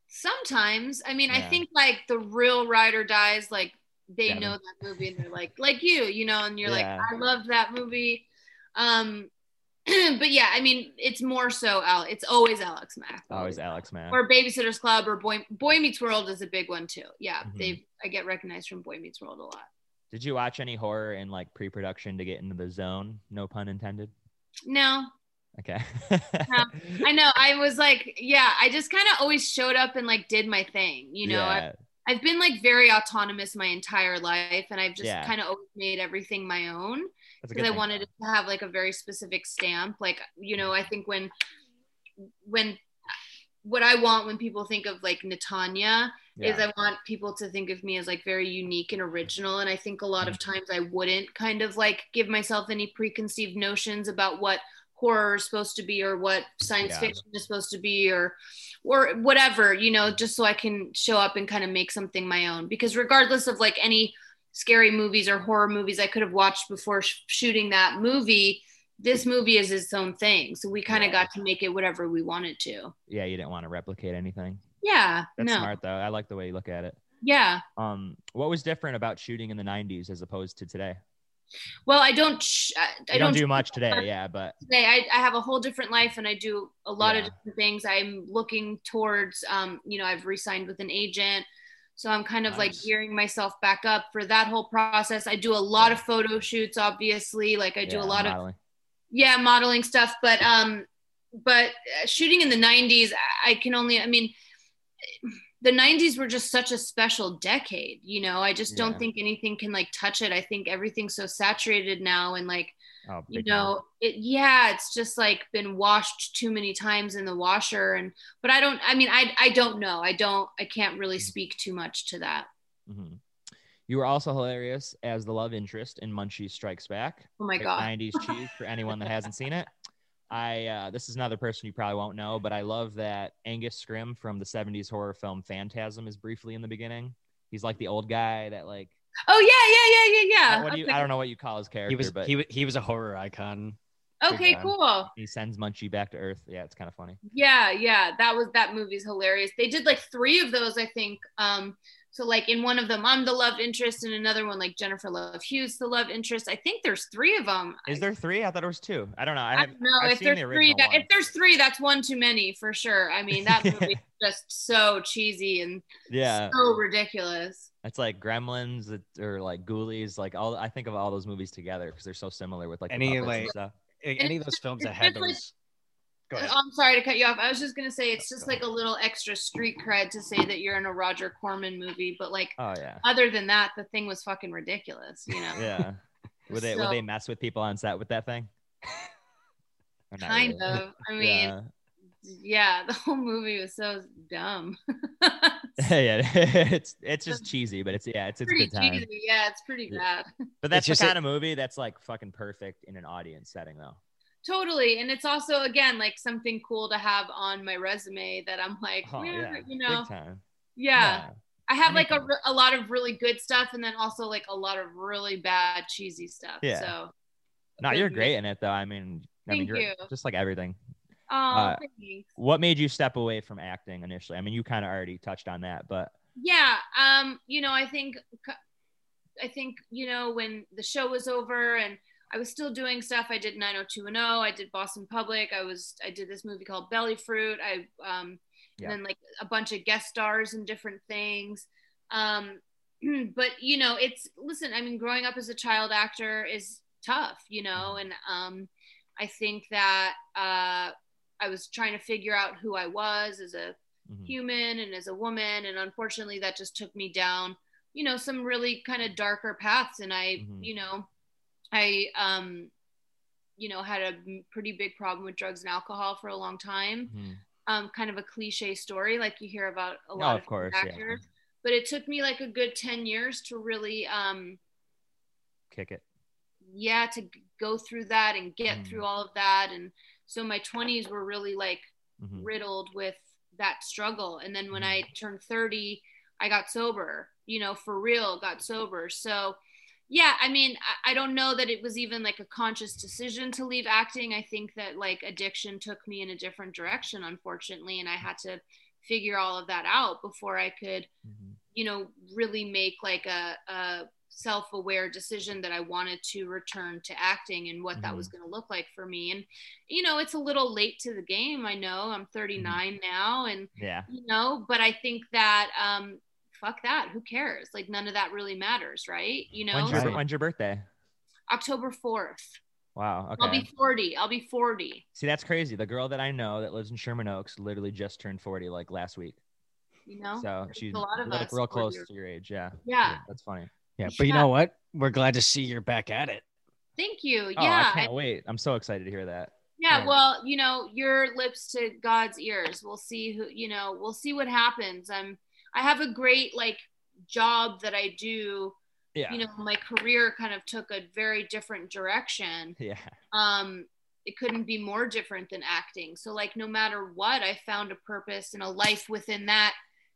[SPEAKER 3] Sometimes, I mean, I
[SPEAKER 2] Yeah.
[SPEAKER 3] think like the real rider dies, like they
[SPEAKER 2] Yeah.
[SPEAKER 3] know that movie and they're like, like you, you know, and you're
[SPEAKER 2] Yeah.
[SPEAKER 3] like, I love that movie. Um, but yeah, I mean, it's more so Al. It's always Alex Mack.
[SPEAKER 2] always Alex Mack.
[SPEAKER 3] Oh, Or Babysitter's Club or Boy Boy Meets World is a big one too. Yeah,
[SPEAKER 2] Mhm.
[SPEAKER 3] they I get recognized from Boy Meets World a lot.
[SPEAKER 2] Did you watch any horror in like pre-production to get into the zone? No pun intended.
[SPEAKER 3] No,
[SPEAKER 2] Okay.
[SPEAKER 3] I know. I was like, yeah, I just kind of always showed up and like did my thing, you know. I-
[SPEAKER 2] Yeah.
[SPEAKER 3] I've been like very autonomous my entire life, and I've just
[SPEAKER 2] Yeah.
[SPEAKER 3] kind of always made everything my own
[SPEAKER 2] That's a good
[SPEAKER 3] because I
[SPEAKER 2] thing.
[SPEAKER 3] wanted it to have like a very specific stamp. Like you know, I think when when what I want when people think of like Natanya
[SPEAKER 2] Yeah.
[SPEAKER 3] is I want people to think of me as like very unique and original, and I think a lot of
[SPEAKER 2] Mm.
[SPEAKER 3] times I wouldn't kind of like give myself any preconceived notions about what horror is supposed to be or what science
[SPEAKER 2] Yeah.
[SPEAKER 3] fiction is supposed to be or or whatever you know just so i can show up and kind of make something my own because regardless of like any scary movies or horror movies i could have watched before sh- shooting that movie this movie is its own thing so we kind of
[SPEAKER 2] Yeah.
[SPEAKER 3] got to make it whatever we wanted to
[SPEAKER 2] yeah, you didn't want to replicate anything.
[SPEAKER 3] yeah
[SPEAKER 2] That's
[SPEAKER 3] no
[SPEAKER 2] smart though. I like the way you look at it.
[SPEAKER 3] yeah
[SPEAKER 2] Um, what was different about shooting in the '90s as opposed to today?
[SPEAKER 3] well i don't sh- I,
[SPEAKER 2] You
[SPEAKER 3] I
[SPEAKER 2] don't,
[SPEAKER 3] don't
[SPEAKER 2] do much today, yeah, but
[SPEAKER 3] today I, I have a whole different life and i do a lot of
[SPEAKER 2] Yeah.
[SPEAKER 3] different things i'm looking towards um, you know i've re-signed with an agent so i'm kind of like
[SPEAKER 2] Nice.
[SPEAKER 3] gearing myself back up for that whole process i do a lot of photo shoots obviously like i do a lot of
[SPEAKER 2] modeling.
[SPEAKER 3] yeah modeling stuff but um but uh, shooting in the 90s I- i can only i mean the 90s were just such a special decade you know i just
[SPEAKER 2] Yeah.
[SPEAKER 3] don't think anything can like touch it i think everything's so saturated now and like
[SPEAKER 2] Oh,
[SPEAKER 3] you
[SPEAKER 2] big time.
[SPEAKER 3] know it yeah it's just like been washed too many times in the washer and but i don't i mean i i don't know i don't i can't really
[SPEAKER 2] Mm.
[SPEAKER 3] speak too much to that
[SPEAKER 2] Mhm. You were also hilarious as the love interest in Munchie Strikes Back.
[SPEAKER 3] oh my
[SPEAKER 2] Great
[SPEAKER 3] god
[SPEAKER 2] 90s cheese for anyone that hasn't seen it. I uh, this is another person you probably won't know, but I love that Angus Scrim from the 70s horror film Phantasm is briefly in the beginning. He's like the old guy that like
[SPEAKER 3] oh yeah yeah yeah yeah yeah
[SPEAKER 2] what do you I don't know what you call his character,
[SPEAKER 4] He was
[SPEAKER 2] but
[SPEAKER 4] he, wa- he was a horror icon.
[SPEAKER 3] okay
[SPEAKER 2] Yeah.
[SPEAKER 3] cool
[SPEAKER 2] he sends Munchie back to Earth. Yeah, it's kind of funny.
[SPEAKER 3] Yeah, yeah, that was that movie's hilarious. They did like three of those, I think. Um, so like in one of them, I'm the love interest, and another one like Jennifer Love Hughes, the love interest. I think there's three of them.
[SPEAKER 2] Is there three? I thought it was two. I don't know. I
[SPEAKER 3] I,
[SPEAKER 2] haven't
[SPEAKER 3] don't know
[SPEAKER 2] I've
[SPEAKER 3] if
[SPEAKER 2] seen the
[SPEAKER 3] there's three.
[SPEAKER 2] original
[SPEAKER 3] That,
[SPEAKER 2] one.
[SPEAKER 3] if there's three, that's one too many for sure. I mean, that
[SPEAKER 2] Yeah.
[SPEAKER 3] movie's just so cheesy and
[SPEAKER 2] yeah.
[SPEAKER 3] so ridiculous.
[SPEAKER 2] It's like Gremlins it- or like Ghoulies. Like all I think of all those movies together because they're so similar with like the
[SPEAKER 4] Any,
[SPEAKER 2] puppets and
[SPEAKER 4] like-
[SPEAKER 2] stuff.
[SPEAKER 4] A- Any of those films that
[SPEAKER 3] it's
[SPEAKER 4] had
[SPEAKER 3] just like- uh,
[SPEAKER 4] those. Go ahead.
[SPEAKER 3] Oh, I'm sorry to cut you off. I was just gonna say it's just
[SPEAKER 4] Go
[SPEAKER 3] like a little extra street cred to say that you're in a Roger Corman movie, but like
[SPEAKER 2] Oh yeah.
[SPEAKER 3] other than that, the thing was fucking ridiculous. You know.
[SPEAKER 2] Yeah. Would they would
[SPEAKER 3] So-
[SPEAKER 2] they mess with people on set with that thing? Or not
[SPEAKER 3] kind
[SPEAKER 2] really?
[SPEAKER 3] of i mean yeah. the whole movie was so dumb
[SPEAKER 2] yeah, yeah. It's it's just cheesy, but it's yeah, it's it's a
[SPEAKER 3] pretty
[SPEAKER 2] good time.
[SPEAKER 3] cheesy yeah it's pretty bad
[SPEAKER 2] But that's the
[SPEAKER 4] just a-
[SPEAKER 2] kind of movie that's like fucking perfect in an audience setting, though.
[SPEAKER 3] totally and it's also again like something cool to have on my resume that i'm like
[SPEAKER 2] Oh
[SPEAKER 3] "Where,"
[SPEAKER 2] yeah,
[SPEAKER 3] you know
[SPEAKER 2] big time.
[SPEAKER 3] yeah i have like a,
[SPEAKER 2] anything.
[SPEAKER 3] re- a lot of really good stuff and then also like a lot of really bad cheesy stuff
[SPEAKER 2] Yeah.
[SPEAKER 3] so
[SPEAKER 2] No,
[SPEAKER 3] Good
[SPEAKER 2] you're
[SPEAKER 3] movie.
[SPEAKER 2] great in it, though. I mean, I mean,
[SPEAKER 3] Thank
[SPEAKER 2] you're
[SPEAKER 3] you.
[SPEAKER 2] just like everything.
[SPEAKER 3] oh
[SPEAKER 2] Uh,
[SPEAKER 3] thanks
[SPEAKER 2] What made you step away from acting initially? I mean, you kind of already touched on that, but
[SPEAKER 3] yeah um you know i think i think you know when the show was over and i was still doing stuff i did 90210 i did boston public i was i did this movie called belly fruit i um
[SPEAKER 2] Yeah.
[SPEAKER 3] and then like a bunch of guest stars and different things um but you know it's listen i mean growing up as a child actor is tough you know and um i think that uh i was trying to figure out who i was as a
[SPEAKER 2] mhm.
[SPEAKER 3] human and as a woman and unfortunately that just took me down you know
[SPEAKER 2] Mm-hmm.
[SPEAKER 3] some really kind of darker paths and i
[SPEAKER 2] Mhm.
[SPEAKER 3] you know i um you know, had a m- pretty big problem with drugs and alcohol for a long time.
[SPEAKER 2] Mhm.
[SPEAKER 3] Um, kind of a cliche story, like you hear about a
[SPEAKER 2] Oh,
[SPEAKER 3] lot
[SPEAKER 2] of course, yeah.
[SPEAKER 3] actors. But it took me like a good ten years to really, um,
[SPEAKER 2] Kick it.
[SPEAKER 3] yeah, to g- go through that and get
[SPEAKER 2] Mhm.
[SPEAKER 3] through all of that. And so my twenties were really like
[SPEAKER 2] Mhm.
[SPEAKER 3] riddled with that struggle. And then when
[SPEAKER 2] Mhm.
[SPEAKER 3] I turned 30, I got sober, you know, for real, got sober. So, yeah, I mean, I, I don't know that it was even like a conscious decision to leave acting. I think that like addiction took me in a different direction, unfortunately. And I had to figure all of that out before I could,
[SPEAKER 2] Mhm.
[SPEAKER 3] you know, really make like a, a self aware decision that I wanted to return to acting and what that
[SPEAKER 2] Mhm.
[SPEAKER 3] was going to look like for me. And, you know, it's a little late to the game. I know I'm 39
[SPEAKER 2] Mm-hmm.
[SPEAKER 3] now and,
[SPEAKER 2] Yeah.
[SPEAKER 3] you know, but I think that, um, fuck that. Who cares? Like none of that really matters. Right. You know,
[SPEAKER 2] When's your,
[SPEAKER 4] Right.
[SPEAKER 2] when's your birthday?
[SPEAKER 3] October 4th,
[SPEAKER 2] Wow. Okay.
[SPEAKER 3] I'll be 40. I'll be 40.
[SPEAKER 2] See, that's crazy. The girl that I know that lives in Sherman Oaks literally just turned 40 like last week.
[SPEAKER 3] You know?
[SPEAKER 2] so
[SPEAKER 3] There's
[SPEAKER 2] she's
[SPEAKER 3] a lot of
[SPEAKER 2] like,
[SPEAKER 3] us
[SPEAKER 2] real
[SPEAKER 3] where
[SPEAKER 2] close
[SPEAKER 3] you're-
[SPEAKER 2] to your age. Yeah.
[SPEAKER 3] yeah.
[SPEAKER 2] That's funny.
[SPEAKER 4] Yeah, but you
[SPEAKER 3] Yeah.
[SPEAKER 4] know what? We're glad to see you're back at it.
[SPEAKER 3] Thank you.
[SPEAKER 2] Oh,
[SPEAKER 3] yeah.
[SPEAKER 2] I can't wait. I'm so excited to hear that.
[SPEAKER 3] yeah.
[SPEAKER 2] yeah.
[SPEAKER 3] Well, you know, your lips to God's ears. We'll see who, you know, we'll see what happens. I'm, I have a great like job that I do.
[SPEAKER 2] Yeah.
[SPEAKER 3] You know, my career kind of took a very different direction.
[SPEAKER 2] yeah.
[SPEAKER 3] um it couldn't be more different than acting so like no matter what i found a purpose and a life within that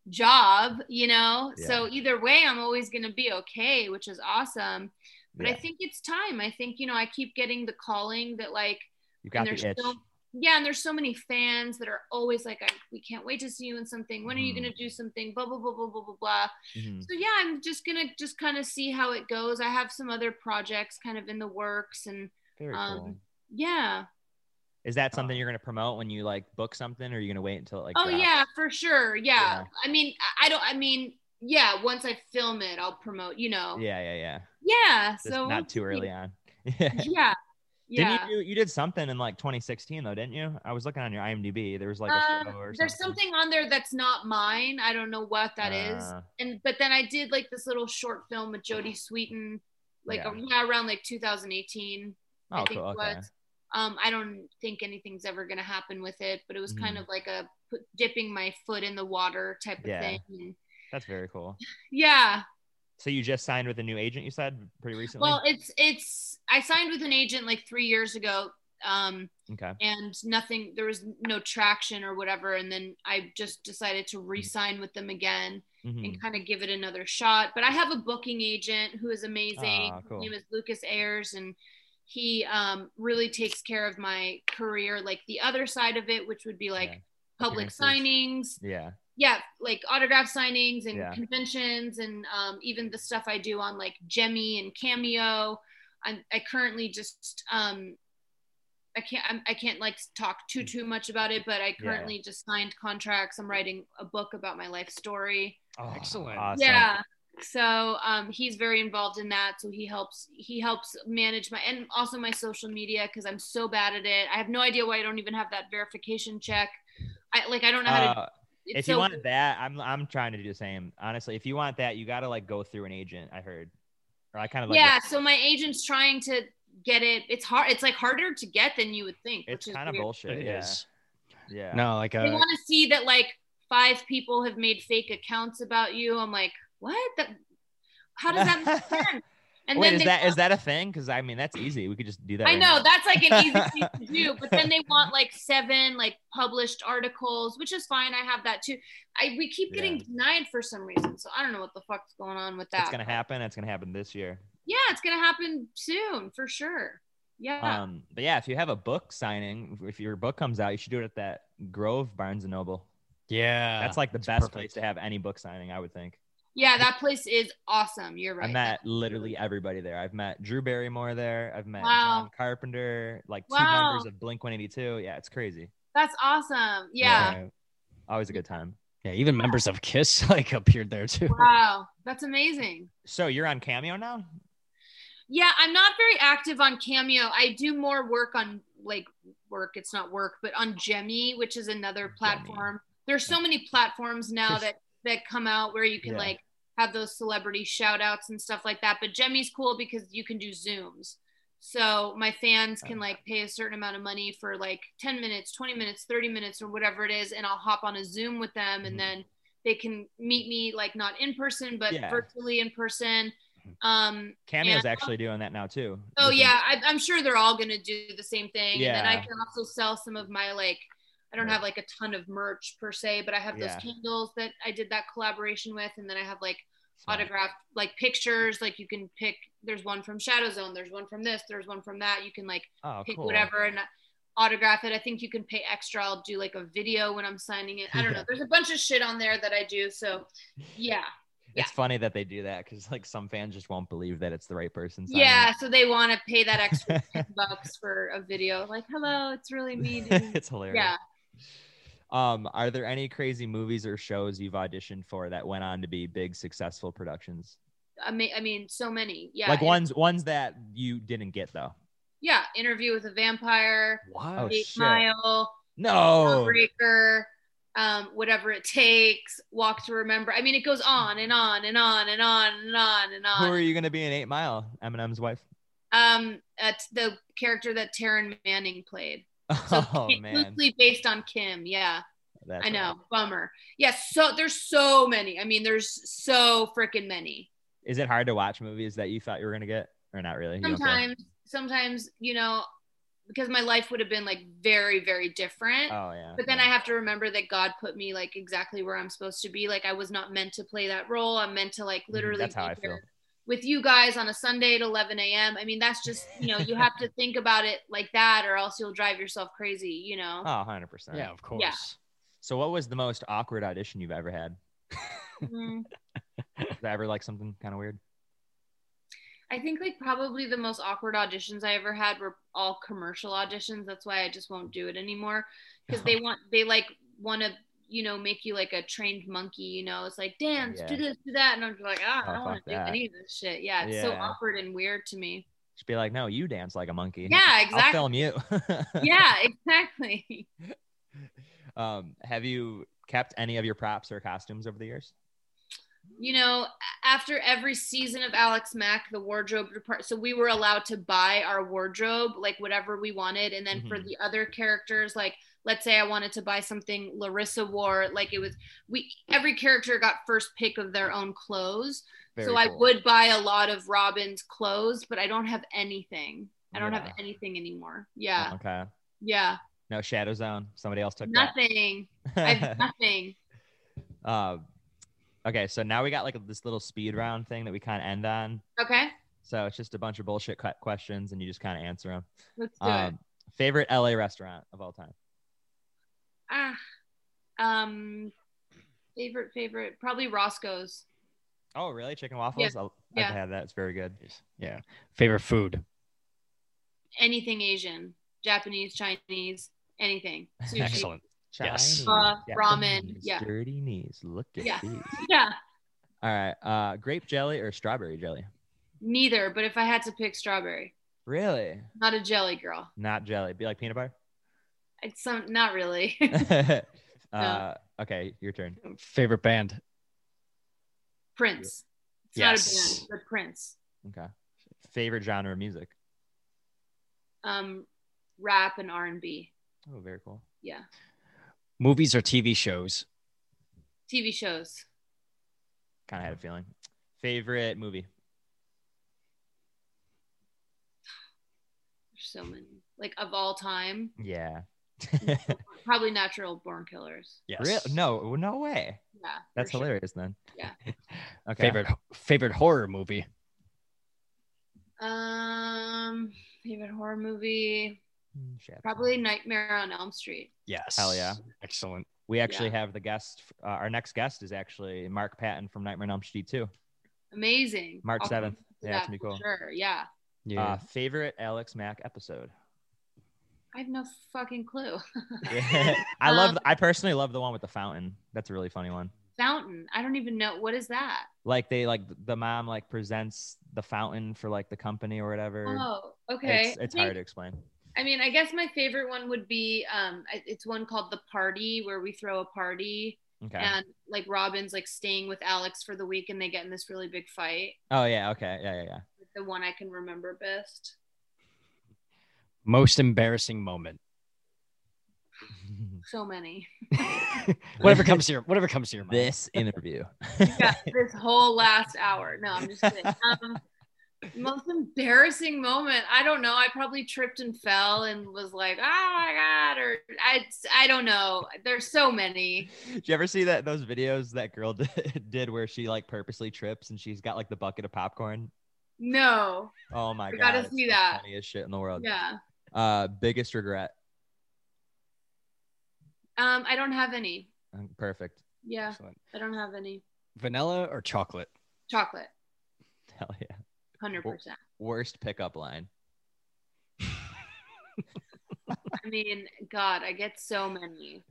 [SPEAKER 3] job you know so either way i'm always going to be okay which is awesome but
[SPEAKER 2] yeah.
[SPEAKER 3] i think it's time i think you know i keep getting the calling that like
[SPEAKER 2] You've got
[SPEAKER 3] and
[SPEAKER 2] the
[SPEAKER 3] there's
[SPEAKER 2] itch.
[SPEAKER 3] so yeah and there's so many fans that are always like I, we can't wait to see you in something when are you
[SPEAKER 2] Mhm.
[SPEAKER 3] going to do something blah blah blah blah blah blah blah
[SPEAKER 2] Mhm.
[SPEAKER 3] so yeah i'm just going to just kind of see how it goes i have some other projects kind of in the works and
[SPEAKER 2] Very
[SPEAKER 3] um,
[SPEAKER 2] cool.
[SPEAKER 3] yeah
[SPEAKER 2] Is that something you're going to promote when you like book something or are you going to wait until it, like
[SPEAKER 3] oh
[SPEAKER 2] drops?
[SPEAKER 3] yeah for sure yeah.
[SPEAKER 2] Yeah.
[SPEAKER 3] i mean I- i don't i mean yeah once i film it i'll promote you know yeah,
[SPEAKER 2] Yeah, yeah, yeah. Just
[SPEAKER 3] so
[SPEAKER 2] not too early on. yeah.
[SPEAKER 3] yeah yeah
[SPEAKER 2] Didn't you do, you did something in like 2016 though, didn't you? I was looking on your IMDb. There was like a
[SPEAKER 3] Uh,
[SPEAKER 2] show or
[SPEAKER 3] there's
[SPEAKER 2] something.
[SPEAKER 3] something on there that's not mine i don't know what that is.
[SPEAKER 2] Uh,
[SPEAKER 3] and but then i did like this little short film with jodie sweetin like
[SPEAKER 2] Yeah.
[SPEAKER 3] yeah, around like 2018
[SPEAKER 2] Oh,
[SPEAKER 3] I think
[SPEAKER 2] cool.
[SPEAKER 3] it
[SPEAKER 2] Okay.
[SPEAKER 3] was. Um, I don't think anything's ever going to happen with it, but it was kind
[SPEAKER 2] Mhm.
[SPEAKER 3] of like a put- dipping my foot in the water type of
[SPEAKER 2] Yeah.
[SPEAKER 3] thing. And
[SPEAKER 2] That's very cool.
[SPEAKER 3] yeah.
[SPEAKER 2] So you just signed with a new agent, you said pretty recently?
[SPEAKER 3] Well, it's it's I signed with an agent like three years ago, um,
[SPEAKER 2] okay.
[SPEAKER 3] and nothing. There was no traction or whatever, and then I just decided
[SPEAKER 2] Mm.
[SPEAKER 3] to re-sign with them again
[SPEAKER 2] Mhm.
[SPEAKER 3] and kind of give it another shot. But I have a booking agent who is amazing.
[SPEAKER 2] Ah, cool.
[SPEAKER 3] His name is Lucas Ayers, and he um, really takes care of my career, like the other side of it, which would be like
[SPEAKER 2] Yeah.
[SPEAKER 3] public signings,
[SPEAKER 2] Appearances. Yeah.
[SPEAKER 3] yeah, like autograph signings and
[SPEAKER 2] Yeah.
[SPEAKER 3] conventions, and um, even the stuff I do on like Jemmy and Cameo. I'm, I currently just um, I can't I'm, I can't like talk
[SPEAKER 2] Hmm.
[SPEAKER 3] too too much about it, but I currently just signed contracts. I'm writing a book about my life story.
[SPEAKER 2] Oh,
[SPEAKER 4] Excellent.
[SPEAKER 2] awesome.
[SPEAKER 3] Yeah. So um, he's very involved in that. So he helps he helps manage my and also my social media because I'm so bad at it. I have no idea why I don't even have that verification check. I like I don't know how to.
[SPEAKER 2] Uh,
[SPEAKER 3] It's
[SPEAKER 2] if you want that, I'm I'm trying to do the same. Honestly, if you want that, you got to like go through an agent. I heard, or I kind of like
[SPEAKER 3] yeah so my agent's trying to get it it's hard it's like harder to get than you would think
[SPEAKER 2] It's
[SPEAKER 3] which is
[SPEAKER 2] kind of
[SPEAKER 3] weird.
[SPEAKER 2] bullshit.
[SPEAKER 4] It
[SPEAKER 2] yeah.
[SPEAKER 4] is.
[SPEAKER 2] Yeah.
[SPEAKER 4] No, like
[SPEAKER 3] they
[SPEAKER 4] uh,
[SPEAKER 3] want to see that like five people have made fake accounts about you i'm like what that how does that make sense and
[SPEAKER 2] Wait,
[SPEAKER 3] then
[SPEAKER 2] is
[SPEAKER 3] they
[SPEAKER 2] that is
[SPEAKER 3] want-
[SPEAKER 2] that a thing? Because I mean, that's easy. We could just do that.
[SPEAKER 3] i
[SPEAKER 2] right
[SPEAKER 3] know
[SPEAKER 2] now.
[SPEAKER 3] that's like an easy thing to do but then they want like seven like published articles which is fine i have that too i we keep getting
[SPEAKER 2] Yeah.
[SPEAKER 3] denied for some reason so i don't know what the fuck's going on with that
[SPEAKER 2] It's gonna happen. It's gonna happen this year.
[SPEAKER 3] yeah it's gonna happen soon for sure yeah
[SPEAKER 2] Um, but yeah, if you have a book signing, if your book comes out, you should do it at that Grove Barnes and Noble.
[SPEAKER 4] yeah,
[SPEAKER 2] That's like the
[SPEAKER 4] Ah, it's
[SPEAKER 2] best
[SPEAKER 4] perfect.
[SPEAKER 2] place to have any book signing, I would think.
[SPEAKER 3] yeah that place is awesome you're right
[SPEAKER 2] I met literally everybody there. I've met Drew Barrymore there. I've met
[SPEAKER 3] Wow.
[SPEAKER 2] John Carpenter, like two
[SPEAKER 3] Wow.
[SPEAKER 2] members of Blink 182. Yeah, it's crazy.
[SPEAKER 3] That's awesome. Yeah.
[SPEAKER 2] Always a good time.
[SPEAKER 4] yeah. Even members of Kiss like appeared there too.
[SPEAKER 3] Wow. That's amazing.
[SPEAKER 2] So you're on Cameo now?
[SPEAKER 3] Yeah, I'm not very active on Cameo. I do more work on like work, it's not work, but on Jemmy, which is another platform. There's so many platforms now that that come out where you can
[SPEAKER 2] Yeah.
[SPEAKER 3] like have those celebrity shout outs and stuff like that. But Jemmy's cool because you can do Zooms. So my fans
[SPEAKER 2] Oh.
[SPEAKER 3] can like pay a certain amount of money for like 10 minutes, 20 minutes, 30 minutes, or whatever it is, and I'll hop on a Zoom with them
[SPEAKER 2] Mhm.
[SPEAKER 3] and then they can meet me like not in person, but
[SPEAKER 2] Yeah. Mm-hmm.
[SPEAKER 3] virtually in person. Um
[SPEAKER 2] Cameo's
[SPEAKER 3] Yeah.
[SPEAKER 2] actually doing that now too.
[SPEAKER 3] oh
[SPEAKER 2] With the-
[SPEAKER 3] yeah, I, I'm sure they're all gonna do the same thing. And then
[SPEAKER 2] Yeah.
[SPEAKER 3] I can also sell some of my like I don't
[SPEAKER 2] Right.
[SPEAKER 3] have like a ton of merch per se, but I have
[SPEAKER 2] Yeah.
[SPEAKER 3] those candles that I did that collaboration with, and then I have like
[SPEAKER 2] Smart.
[SPEAKER 3] autographed like pictures like you can pick there's one from shadow zone there's one from this there's one from that you can like
[SPEAKER 2] Oh,
[SPEAKER 3] pick
[SPEAKER 2] cool.
[SPEAKER 3] whatever and autograph it i think you can pay extra i'll do like a video when i'm signing it i don't
[SPEAKER 2] Yeah.
[SPEAKER 3] know there's a bunch of shit on there that i do so yeah yeah.
[SPEAKER 2] It's funny that they do that because like some fans just won't believe that it's the right person. signing
[SPEAKER 3] yeah so they want to pay that extra 10 bucks for a video like hello it's really me dude."
[SPEAKER 2] it's hilarious.
[SPEAKER 3] yeah
[SPEAKER 2] Um, are there any crazy movies or shows you've auditioned for that went on to be big successful productions?
[SPEAKER 3] I mean, I mean so many yeah
[SPEAKER 2] like
[SPEAKER 3] in-
[SPEAKER 2] ones ones that you didn't get though.
[SPEAKER 3] yeah interview with a vampire
[SPEAKER 4] What?
[SPEAKER 2] Oh,
[SPEAKER 3] eight
[SPEAKER 2] shit. Oh.
[SPEAKER 3] mile
[SPEAKER 2] No.
[SPEAKER 3] Breaker, um, whatever it takes, Walk to Remember. I mean, it goes on and on and on and on and on and
[SPEAKER 2] Who are
[SPEAKER 3] on.
[SPEAKER 2] you gonna be in Eight Mile? Eminem's wife.
[SPEAKER 3] Um, that's the character that Taryn Manning played. So
[SPEAKER 2] Oh
[SPEAKER 3] Kim-
[SPEAKER 2] man,
[SPEAKER 3] loosely based on Kim. Yeah,
[SPEAKER 2] That's
[SPEAKER 3] I know.
[SPEAKER 2] awesome.
[SPEAKER 3] Bummer. Yes. so there's so many. I mean, there's so freaking many.
[SPEAKER 2] Is it hard to watch movies that you thought you were gonna get, or not really? You don't care?
[SPEAKER 3] Sometimes, sometimes you know, because my life would have been like very, very different.
[SPEAKER 2] Oh yeah.
[SPEAKER 3] But then
[SPEAKER 2] yeah.
[SPEAKER 3] I have to remember that God put me like exactly where I'm supposed to be. Like I was not meant to play that role. I'm meant to like
[SPEAKER 2] Mhm,
[SPEAKER 3] literally
[SPEAKER 2] that's how
[SPEAKER 3] be
[SPEAKER 2] I feel.
[SPEAKER 3] here with you guys on a Sunday at 11 a.m. I mean, that's just you know you have to think about it like that, or else you'll drive yourself crazy. You know,
[SPEAKER 2] Oh, 100 percent.
[SPEAKER 4] Yeah, of course.
[SPEAKER 2] So, what was the most awkward audition you've ever had?
[SPEAKER 3] Mm.
[SPEAKER 2] Was that ever like something kind of weird?
[SPEAKER 3] I think like probably the most awkward auditions I ever had were all commercial auditions. That's why I just won't do it anymore because they want they like want to you know make you like a trained monkey. You know, it's like dance, do this, do that, and I'm just like, ah,
[SPEAKER 2] Oh,
[SPEAKER 3] I don't want
[SPEAKER 2] fuck
[SPEAKER 3] to do
[SPEAKER 2] that.
[SPEAKER 3] any of this shit. Yeah, it's so
[SPEAKER 2] Yeah.
[SPEAKER 3] awkward and weird to me.
[SPEAKER 2] Just be like, no, you dance like a monkey.
[SPEAKER 3] Yeah,
[SPEAKER 2] I'll
[SPEAKER 3] exactly.
[SPEAKER 2] film you.
[SPEAKER 3] yeah, exactly.
[SPEAKER 2] um, have you kept any of your props or costumes over the years?
[SPEAKER 3] You know, a- after every season of Alex Mack, the wardrobe depart so we were allowed to buy our wardrobe, like whatever we wanted. And then for
[SPEAKER 2] Mhm.
[SPEAKER 3] the other characters, like let's say I wanted to buy something Larissa wore, like it was we every character got first pick of their own clothes.
[SPEAKER 2] Very
[SPEAKER 3] so I
[SPEAKER 2] cool.
[SPEAKER 3] would buy a lot of Robin's clothes, but I don't have anything. I don't have
[SPEAKER 2] Yeah. Uh-huh.
[SPEAKER 3] anything anymore. Yeah.
[SPEAKER 2] Oh, Okay.
[SPEAKER 3] Yeah.
[SPEAKER 2] No Shadow Zone. Somebody else took
[SPEAKER 3] Nothing. I have
[SPEAKER 2] that.
[SPEAKER 3] nothing.
[SPEAKER 2] uh, okay, so now we got like this little speed round thing that we kind of end on.
[SPEAKER 3] Okay.
[SPEAKER 2] So it's just a bunch of bullshit cut questions, and you just kind of answer them.
[SPEAKER 3] Let's do it.
[SPEAKER 2] Um, favorite LA restaurant of all time?
[SPEAKER 3] Ah, um, favorite, favorite, probably Roscoe's.
[SPEAKER 2] Oh, really? Chicken waffles? I'll,
[SPEAKER 3] yeah.
[SPEAKER 2] I've had that. It's very good.
[SPEAKER 4] Yeah. Favorite food.
[SPEAKER 3] Anything Asian, Japanese, Chinese, anything. Sushi.
[SPEAKER 4] Excellent. Yes.
[SPEAKER 3] Uh,
[SPEAKER 2] Japanese,
[SPEAKER 3] ramen, yeah.
[SPEAKER 2] Dirty knees. Look at
[SPEAKER 3] Yeah.
[SPEAKER 2] these.
[SPEAKER 3] Yeah,
[SPEAKER 2] All right. Uh, grape jelly or strawberry jelly?
[SPEAKER 3] neither. But if I had to pick strawberry,
[SPEAKER 2] Really?
[SPEAKER 3] not a jelly girl.
[SPEAKER 2] Not jelly. Be like peanut
[SPEAKER 3] It's some, not really.
[SPEAKER 2] butter. uh, okay, your turn.
[SPEAKER 4] Favorite band.
[SPEAKER 3] Prince. It's
[SPEAKER 4] Yes.
[SPEAKER 3] not a band, but Prince.
[SPEAKER 2] Okay. Favorite genre of music?
[SPEAKER 3] Um, rap and R and B.
[SPEAKER 2] Oh, very cool.
[SPEAKER 3] Yeah.
[SPEAKER 4] Movies or TV shows.
[SPEAKER 3] TV shows.
[SPEAKER 2] Kind of
[SPEAKER 3] Mm.
[SPEAKER 2] had a feeling. Favorite movie?
[SPEAKER 3] There's so many. Like of all time,
[SPEAKER 2] Yeah.
[SPEAKER 3] probably Natural Born Killers.
[SPEAKER 4] Yes.
[SPEAKER 2] Real? No, no way.
[SPEAKER 3] Yeah. for
[SPEAKER 2] That's
[SPEAKER 3] sure.
[SPEAKER 2] hilarious then.
[SPEAKER 3] Yeah.
[SPEAKER 2] okay.
[SPEAKER 4] Favorite favorite horror movie.
[SPEAKER 3] Um, favorite horror movie.
[SPEAKER 2] Mm, shit.
[SPEAKER 3] Probably Nightmare on Elm Street.
[SPEAKER 4] Yes.
[SPEAKER 2] Hell yeah.
[SPEAKER 4] Excellent.
[SPEAKER 2] We actually have the guest. Uh, our next guest is actually Mark Patton from Nightmare on Elm Street 2.
[SPEAKER 3] Amazing.
[SPEAKER 2] March
[SPEAKER 3] I'll
[SPEAKER 2] 7th.
[SPEAKER 3] come
[SPEAKER 2] Yeah,
[SPEAKER 3] to
[SPEAKER 2] it's
[SPEAKER 3] that
[SPEAKER 2] gonna be
[SPEAKER 3] for
[SPEAKER 2] cool.
[SPEAKER 3] Sure. Yeah.
[SPEAKER 2] Uh, favorite Alex Mack episode.
[SPEAKER 3] I have no fucking clue.
[SPEAKER 2] I
[SPEAKER 3] Um,
[SPEAKER 2] love. I personally love the one with the fountain. That's a really funny one.
[SPEAKER 3] Fountain. I don't even know what is that.
[SPEAKER 2] Like they like the mom like presents the fountain for like the company or whatever.
[SPEAKER 3] Oh, okay.
[SPEAKER 2] It's, it's
[SPEAKER 3] I think-
[SPEAKER 2] hard to explain.
[SPEAKER 3] I mean, I guess my favorite one would be um, I- it's one called the party where we throw a party
[SPEAKER 2] Okay.
[SPEAKER 3] and like Robin's like staying with Alex for the week and they get in this really big fight.
[SPEAKER 2] Oh yeah. Okay. Yeah. Yeah. Yeah.
[SPEAKER 3] The one I can remember best.
[SPEAKER 4] Most embarrassing moment.
[SPEAKER 3] So many.
[SPEAKER 4] whatever comes to your whatever comes to your mind.
[SPEAKER 2] this interview.
[SPEAKER 3] Yeah, this whole last hour. No, I'm just kidding. Um, most embarrassing moment. I don't know. I probably tripped and fell and was like, "Oh my god!" Or I, I don't know. There's so many.
[SPEAKER 2] Did you ever see that those videos that girl did, did where she like purposely trips and she's got like the bucket of popcorn?
[SPEAKER 3] No.
[SPEAKER 2] Oh my
[SPEAKER 3] I
[SPEAKER 2] god!
[SPEAKER 3] gotta
[SPEAKER 2] it's
[SPEAKER 3] see
[SPEAKER 2] the
[SPEAKER 3] that.
[SPEAKER 2] Funniest shit in the world.
[SPEAKER 3] Yeah.
[SPEAKER 2] Uh, biggest regret.
[SPEAKER 3] Um, I don't have any.
[SPEAKER 2] Um, Perfect.
[SPEAKER 3] Yeah,
[SPEAKER 4] Excellent.
[SPEAKER 3] I don't have any.
[SPEAKER 4] Vanilla or chocolate?
[SPEAKER 3] Chocolate,
[SPEAKER 2] Hell yeah.
[SPEAKER 3] hundred percent.
[SPEAKER 2] Worst pickup line.
[SPEAKER 3] I mean, God, I get so many.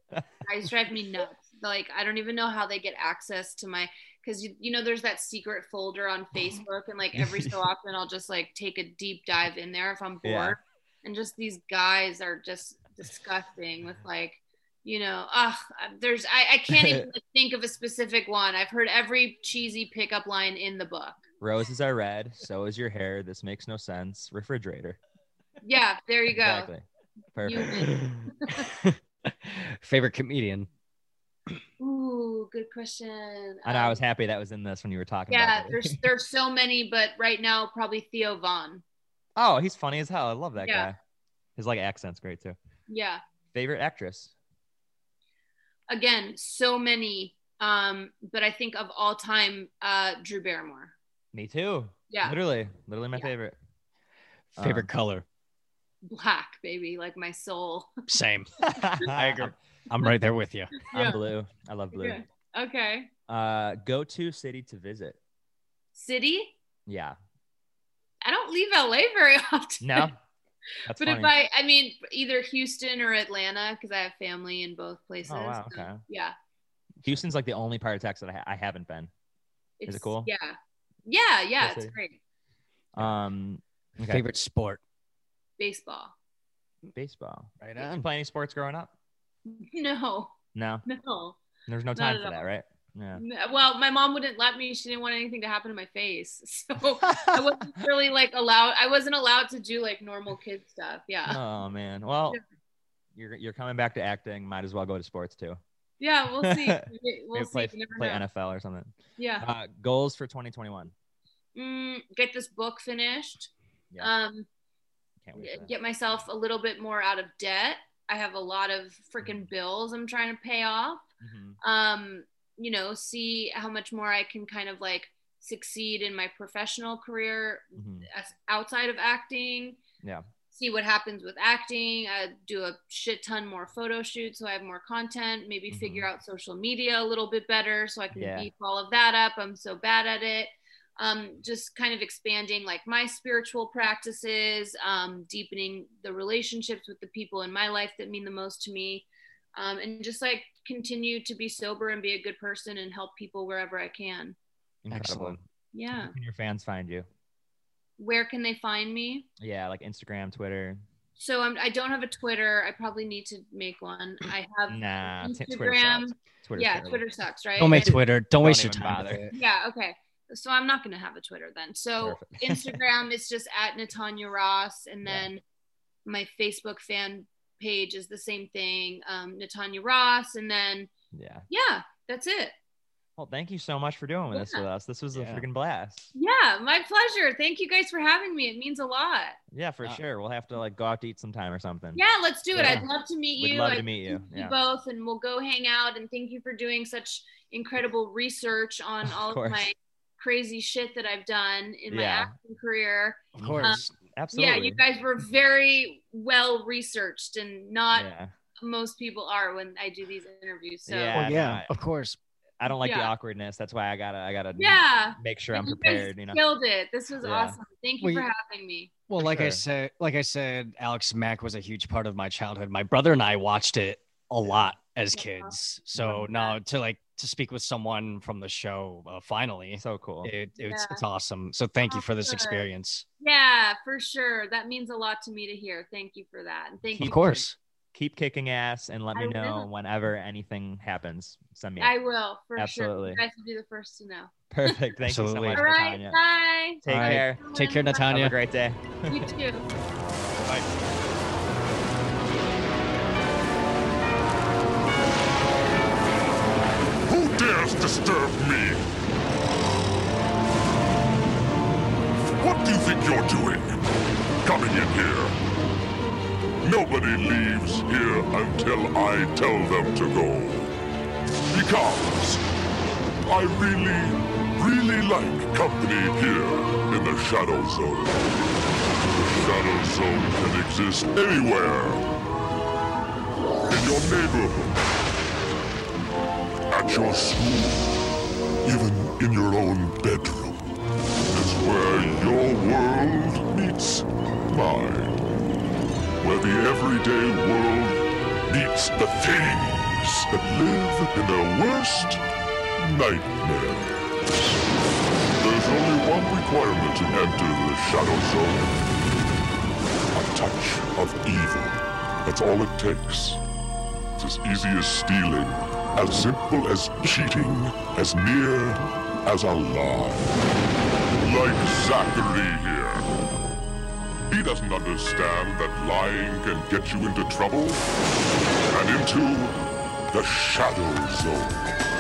[SPEAKER 3] Guys drive me nuts. Like, I don't even know how they get access to my, because you, you know, there's that secret folder on Facebook, and like every so often I'll just like take a deep dive in there if I'm bored.
[SPEAKER 2] Yeah.
[SPEAKER 3] And just these guys are just disgusting with like, you know, ugh, um, there's, I, I can't even like, think of a specific one. I've heard every cheesy pickup line in the book.
[SPEAKER 2] Roses are red. So is your hair. This makes no sense. Refrigerator.
[SPEAKER 3] Yeah, there you go.
[SPEAKER 2] Exactly. Perfect.
[SPEAKER 4] Favorite comedian?
[SPEAKER 3] Ooh, good question.
[SPEAKER 2] I know. I
[SPEAKER 3] Um,
[SPEAKER 2] was happy that was in this when you were talking
[SPEAKER 3] Yeah,
[SPEAKER 2] about. that.
[SPEAKER 3] there's there's so many, but right now probably Theo Vaughn.
[SPEAKER 2] Oh, he's funny as hell. I love that
[SPEAKER 3] Yeah.
[SPEAKER 2] guy. His like accent's great too.
[SPEAKER 3] Yeah.
[SPEAKER 2] Favorite actress.
[SPEAKER 3] Again, so many. Um, but I think of all time, uh, Drew Barrymore.
[SPEAKER 2] Me too.
[SPEAKER 3] Yeah.
[SPEAKER 2] Literally, literally my
[SPEAKER 3] Yeah.
[SPEAKER 2] favorite.
[SPEAKER 4] Favorite
[SPEAKER 2] Um,
[SPEAKER 4] color?
[SPEAKER 3] Black, baby, like my soul.
[SPEAKER 4] Same.
[SPEAKER 2] I
[SPEAKER 4] agree. I'm right there with you.
[SPEAKER 2] I'm
[SPEAKER 3] Yeah.
[SPEAKER 2] blue. I love blue.
[SPEAKER 3] Yeah. Okay.
[SPEAKER 2] Uh, go to city to visit.
[SPEAKER 3] City?
[SPEAKER 2] Yeah.
[SPEAKER 3] I don't leave LA very often.
[SPEAKER 2] No. That's
[SPEAKER 3] But
[SPEAKER 2] funny.
[SPEAKER 3] if I, I mean, either Houston or Atlanta, because I have family in both places.
[SPEAKER 2] Oh, wow,
[SPEAKER 3] so,
[SPEAKER 2] okay.
[SPEAKER 3] yeah.
[SPEAKER 2] Houston's like the only part of Texas that I, ha- I haven't been. it
[SPEAKER 3] It's,
[SPEAKER 2] cool?
[SPEAKER 3] Yeah. Yeah. Yeah.
[SPEAKER 2] Yes,
[SPEAKER 3] It's
[SPEAKER 2] it-
[SPEAKER 3] great.
[SPEAKER 2] Um, okay.
[SPEAKER 4] Favorite sport?
[SPEAKER 3] Baseball.
[SPEAKER 2] baseball.
[SPEAKER 4] Right
[SPEAKER 2] Did you play any sports growing up?
[SPEAKER 3] No,
[SPEAKER 2] No.
[SPEAKER 3] no.
[SPEAKER 2] There's no
[SPEAKER 3] Not
[SPEAKER 2] time
[SPEAKER 3] at
[SPEAKER 2] for that,
[SPEAKER 3] all.
[SPEAKER 2] right? Yeah.
[SPEAKER 3] No, Well, my mom wouldn't let me. She didn't want anything to happen to my face. So I wasn't really like allowed I wasn't allowed to do like normal kid stuff. Yeah.
[SPEAKER 2] oh man. Well,
[SPEAKER 3] Yeah.
[SPEAKER 2] you're you're coming back to acting. Might as well go to sports too.
[SPEAKER 3] Yeah, we'll see. Maybe- We'll
[SPEAKER 2] Maybe
[SPEAKER 3] see.
[SPEAKER 2] play
[SPEAKER 3] You never
[SPEAKER 2] play
[SPEAKER 3] know.
[SPEAKER 2] NFL or something.
[SPEAKER 3] Yeah.
[SPEAKER 2] Uh, goals for 2021.
[SPEAKER 3] Mm, get this book finished.
[SPEAKER 2] Yeah.
[SPEAKER 3] Um
[SPEAKER 2] Can't wait. For that.
[SPEAKER 3] get myself a little bit more out of debt. I have a lot of
[SPEAKER 2] Mm.
[SPEAKER 3] freaking bills I'm trying to pay off.
[SPEAKER 2] Mhm.
[SPEAKER 3] um, you know, see how much more I can kind of like succeed in my professional career
[SPEAKER 2] Mhm.
[SPEAKER 3] as outside of acting.
[SPEAKER 2] Yeah.
[SPEAKER 3] See what happens with acting. I do a shit ton more photo shoots so I have more content. Maybe
[SPEAKER 2] Mhm.
[SPEAKER 3] figure out social media a little bit better so I can
[SPEAKER 2] Yeah.
[SPEAKER 3] beef all of that up. I'm so bad at it. Um, just kind of expanding like my spiritual practices, um, deepening the relationships with the people in my life that mean the most to me um, and just like continue to be sober and be a good person and help people wherever I can.
[SPEAKER 2] Incredible.
[SPEAKER 4] Excellent.
[SPEAKER 3] Yeah.
[SPEAKER 2] Where can your fans find you?
[SPEAKER 3] Where can they find me?
[SPEAKER 2] Yeah, like Instagram, Twitter.
[SPEAKER 3] So I'm, I don't have a Twitter. I probably need to make one. I have
[SPEAKER 2] Nah, t- Twitter
[SPEAKER 3] Um, Instagram.
[SPEAKER 2] sucks. Mm, Twitter.
[SPEAKER 3] yeah, Twitter sucks, right?
[SPEAKER 4] Don't make
[SPEAKER 3] And-
[SPEAKER 4] Twitter. Don't, waste your
[SPEAKER 2] even
[SPEAKER 4] time.
[SPEAKER 2] bother.
[SPEAKER 4] with it.
[SPEAKER 3] Yeah. Okay. So I'm not gonna have a Twitter then. So Instagram is just at Natanya Ross, and
[SPEAKER 2] Yeah.
[SPEAKER 3] then my Facebook fan page is the same thing, um, Natanya Ross, and then
[SPEAKER 2] Yeah.
[SPEAKER 3] yeah, that's it.
[SPEAKER 2] Well, thank you so much for doing this
[SPEAKER 3] Yeah.
[SPEAKER 2] with us. This was a
[SPEAKER 4] Yeah.
[SPEAKER 2] freaking blast.
[SPEAKER 3] Yeah, my pleasure. Thank you guys for having me. It means a lot.
[SPEAKER 2] Yeah, for
[SPEAKER 4] Yeah.
[SPEAKER 2] sure. We'll have to like go out to eat sometime or something.
[SPEAKER 3] Yeah, let's do it.
[SPEAKER 2] Yeah.
[SPEAKER 3] I'd love to meet
[SPEAKER 2] We'd
[SPEAKER 3] you.
[SPEAKER 2] love
[SPEAKER 3] I'd
[SPEAKER 2] to meet you. Yeah.
[SPEAKER 3] both, and we'll go hang out. And thank you for doing such incredible research on
[SPEAKER 2] Of
[SPEAKER 3] all of
[SPEAKER 2] course.
[SPEAKER 3] my crazy shit that I've done in my
[SPEAKER 2] Yeah.
[SPEAKER 3] acting career.
[SPEAKER 4] Of
[SPEAKER 2] Uh,
[SPEAKER 4] course.
[SPEAKER 2] Absolutely.
[SPEAKER 3] Yeah, you guys were very well researched, and not
[SPEAKER 2] Yeah.
[SPEAKER 3] most people are when I do these interviews. So
[SPEAKER 2] Yeah.
[SPEAKER 3] Oh, yeah,
[SPEAKER 4] Well,
[SPEAKER 2] no,
[SPEAKER 4] yeah,
[SPEAKER 2] I-
[SPEAKER 4] of course.
[SPEAKER 2] I don't like the
[SPEAKER 3] Yeah.
[SPEAKER 2] awkwardness. That's why I gotta I gotta make sure I'm
[SPEAKER 3] but you guys
[SPEAKER 2] prepared. You know.
[SPEAKER 3] killed it. This was
[SPEAKER 2] Yeah.
[SPEAKER 3] awesome. Thank you
[SPEAKER 4] Well,
[SPEAKER 3] for
[SPEAKER 4] you-
[SPEAKER 3] having me.
[SPEAKER 4] Well, like I
[SPEAKER 2] sure.
[SPEAKER 4] said, like I said, Alex Mack was a huge part of my childhood. My brother and I watched it a lot as
[SPEAKER 3] Yeah.
[SPEAKER 4] kids. So now to like to speak with someone from the show, uh, finally,
[SPEAKER 2] So cool.
[SPEAKER 4] it, it's
[SPEAKER 3] Yeah. Oh,
[SPEAKER 4] it's awesome. So thank you for this
[SPEAKER 3] Awesome.
[SPEAKER 4] experience.
[SPEAKER 3] Yeah, for sure. That means a lot to me to hear. Thank you for that. And thank
[SPEAKER 2] Of
[SPEAKER 3] you.
[SPEAKER 4] Of
[SPEAKER 3] for-
[SPEAKER 4] course.
[SPEAKER 2] Keep kicking ass and let me
[SPEAKER 3] I
[SPEAKER 2] know
[SPEAKER 3] will.
[SPEAKER 2] whenever anything happens. Send me.
[SPEAKER 3] I
[SPEAKER 2] it.
[SPEAKER 3] will for
[SPEAKER 2] Absolutely.
[SPEAKER 3] sure. You guys will be the first to know.
[SPEAKER 2] Perfect. Thank you so
[SPEAKER 4] Absolutely.
[SPEAKER 2] much,
[SPEAKER 3] All right,
[SPEAKER 2] Natanya.
[SPEAKER 3] bye.
[SPEAKER 2] Take
[SPEAKER 4] All right.
[SPEAKER 2] care.
[SPEAKER 4] Take care,
[SPEAKER 3] Bye.
[SPEAKER 2] Have a
[SPEAKER 4] Natanya.
[SPEAKER 2] great day.
[SPEAKER 3] You too.
[SPEAKER 5] disturb me! What do you think you're doing? Coming in here? Nobody leaves here until I tell them to go. Because I really, really like company here in the Shadow Zone. The Shadow Zone can exist anywhere. In your neighborhood. At your school. Even in your own bedroom. It's where your world meets mine. Where the everyday world meets the things that live in their worst nightmares. There's only one requirement to enter the Shadow Zone. A touch of evil. That's all it takes. It's as easy as stealing, as simple as cheating, as near as a lie. Like Zachary here. He doesn't understand that lying can get you into trouble and into the Shadow Zone.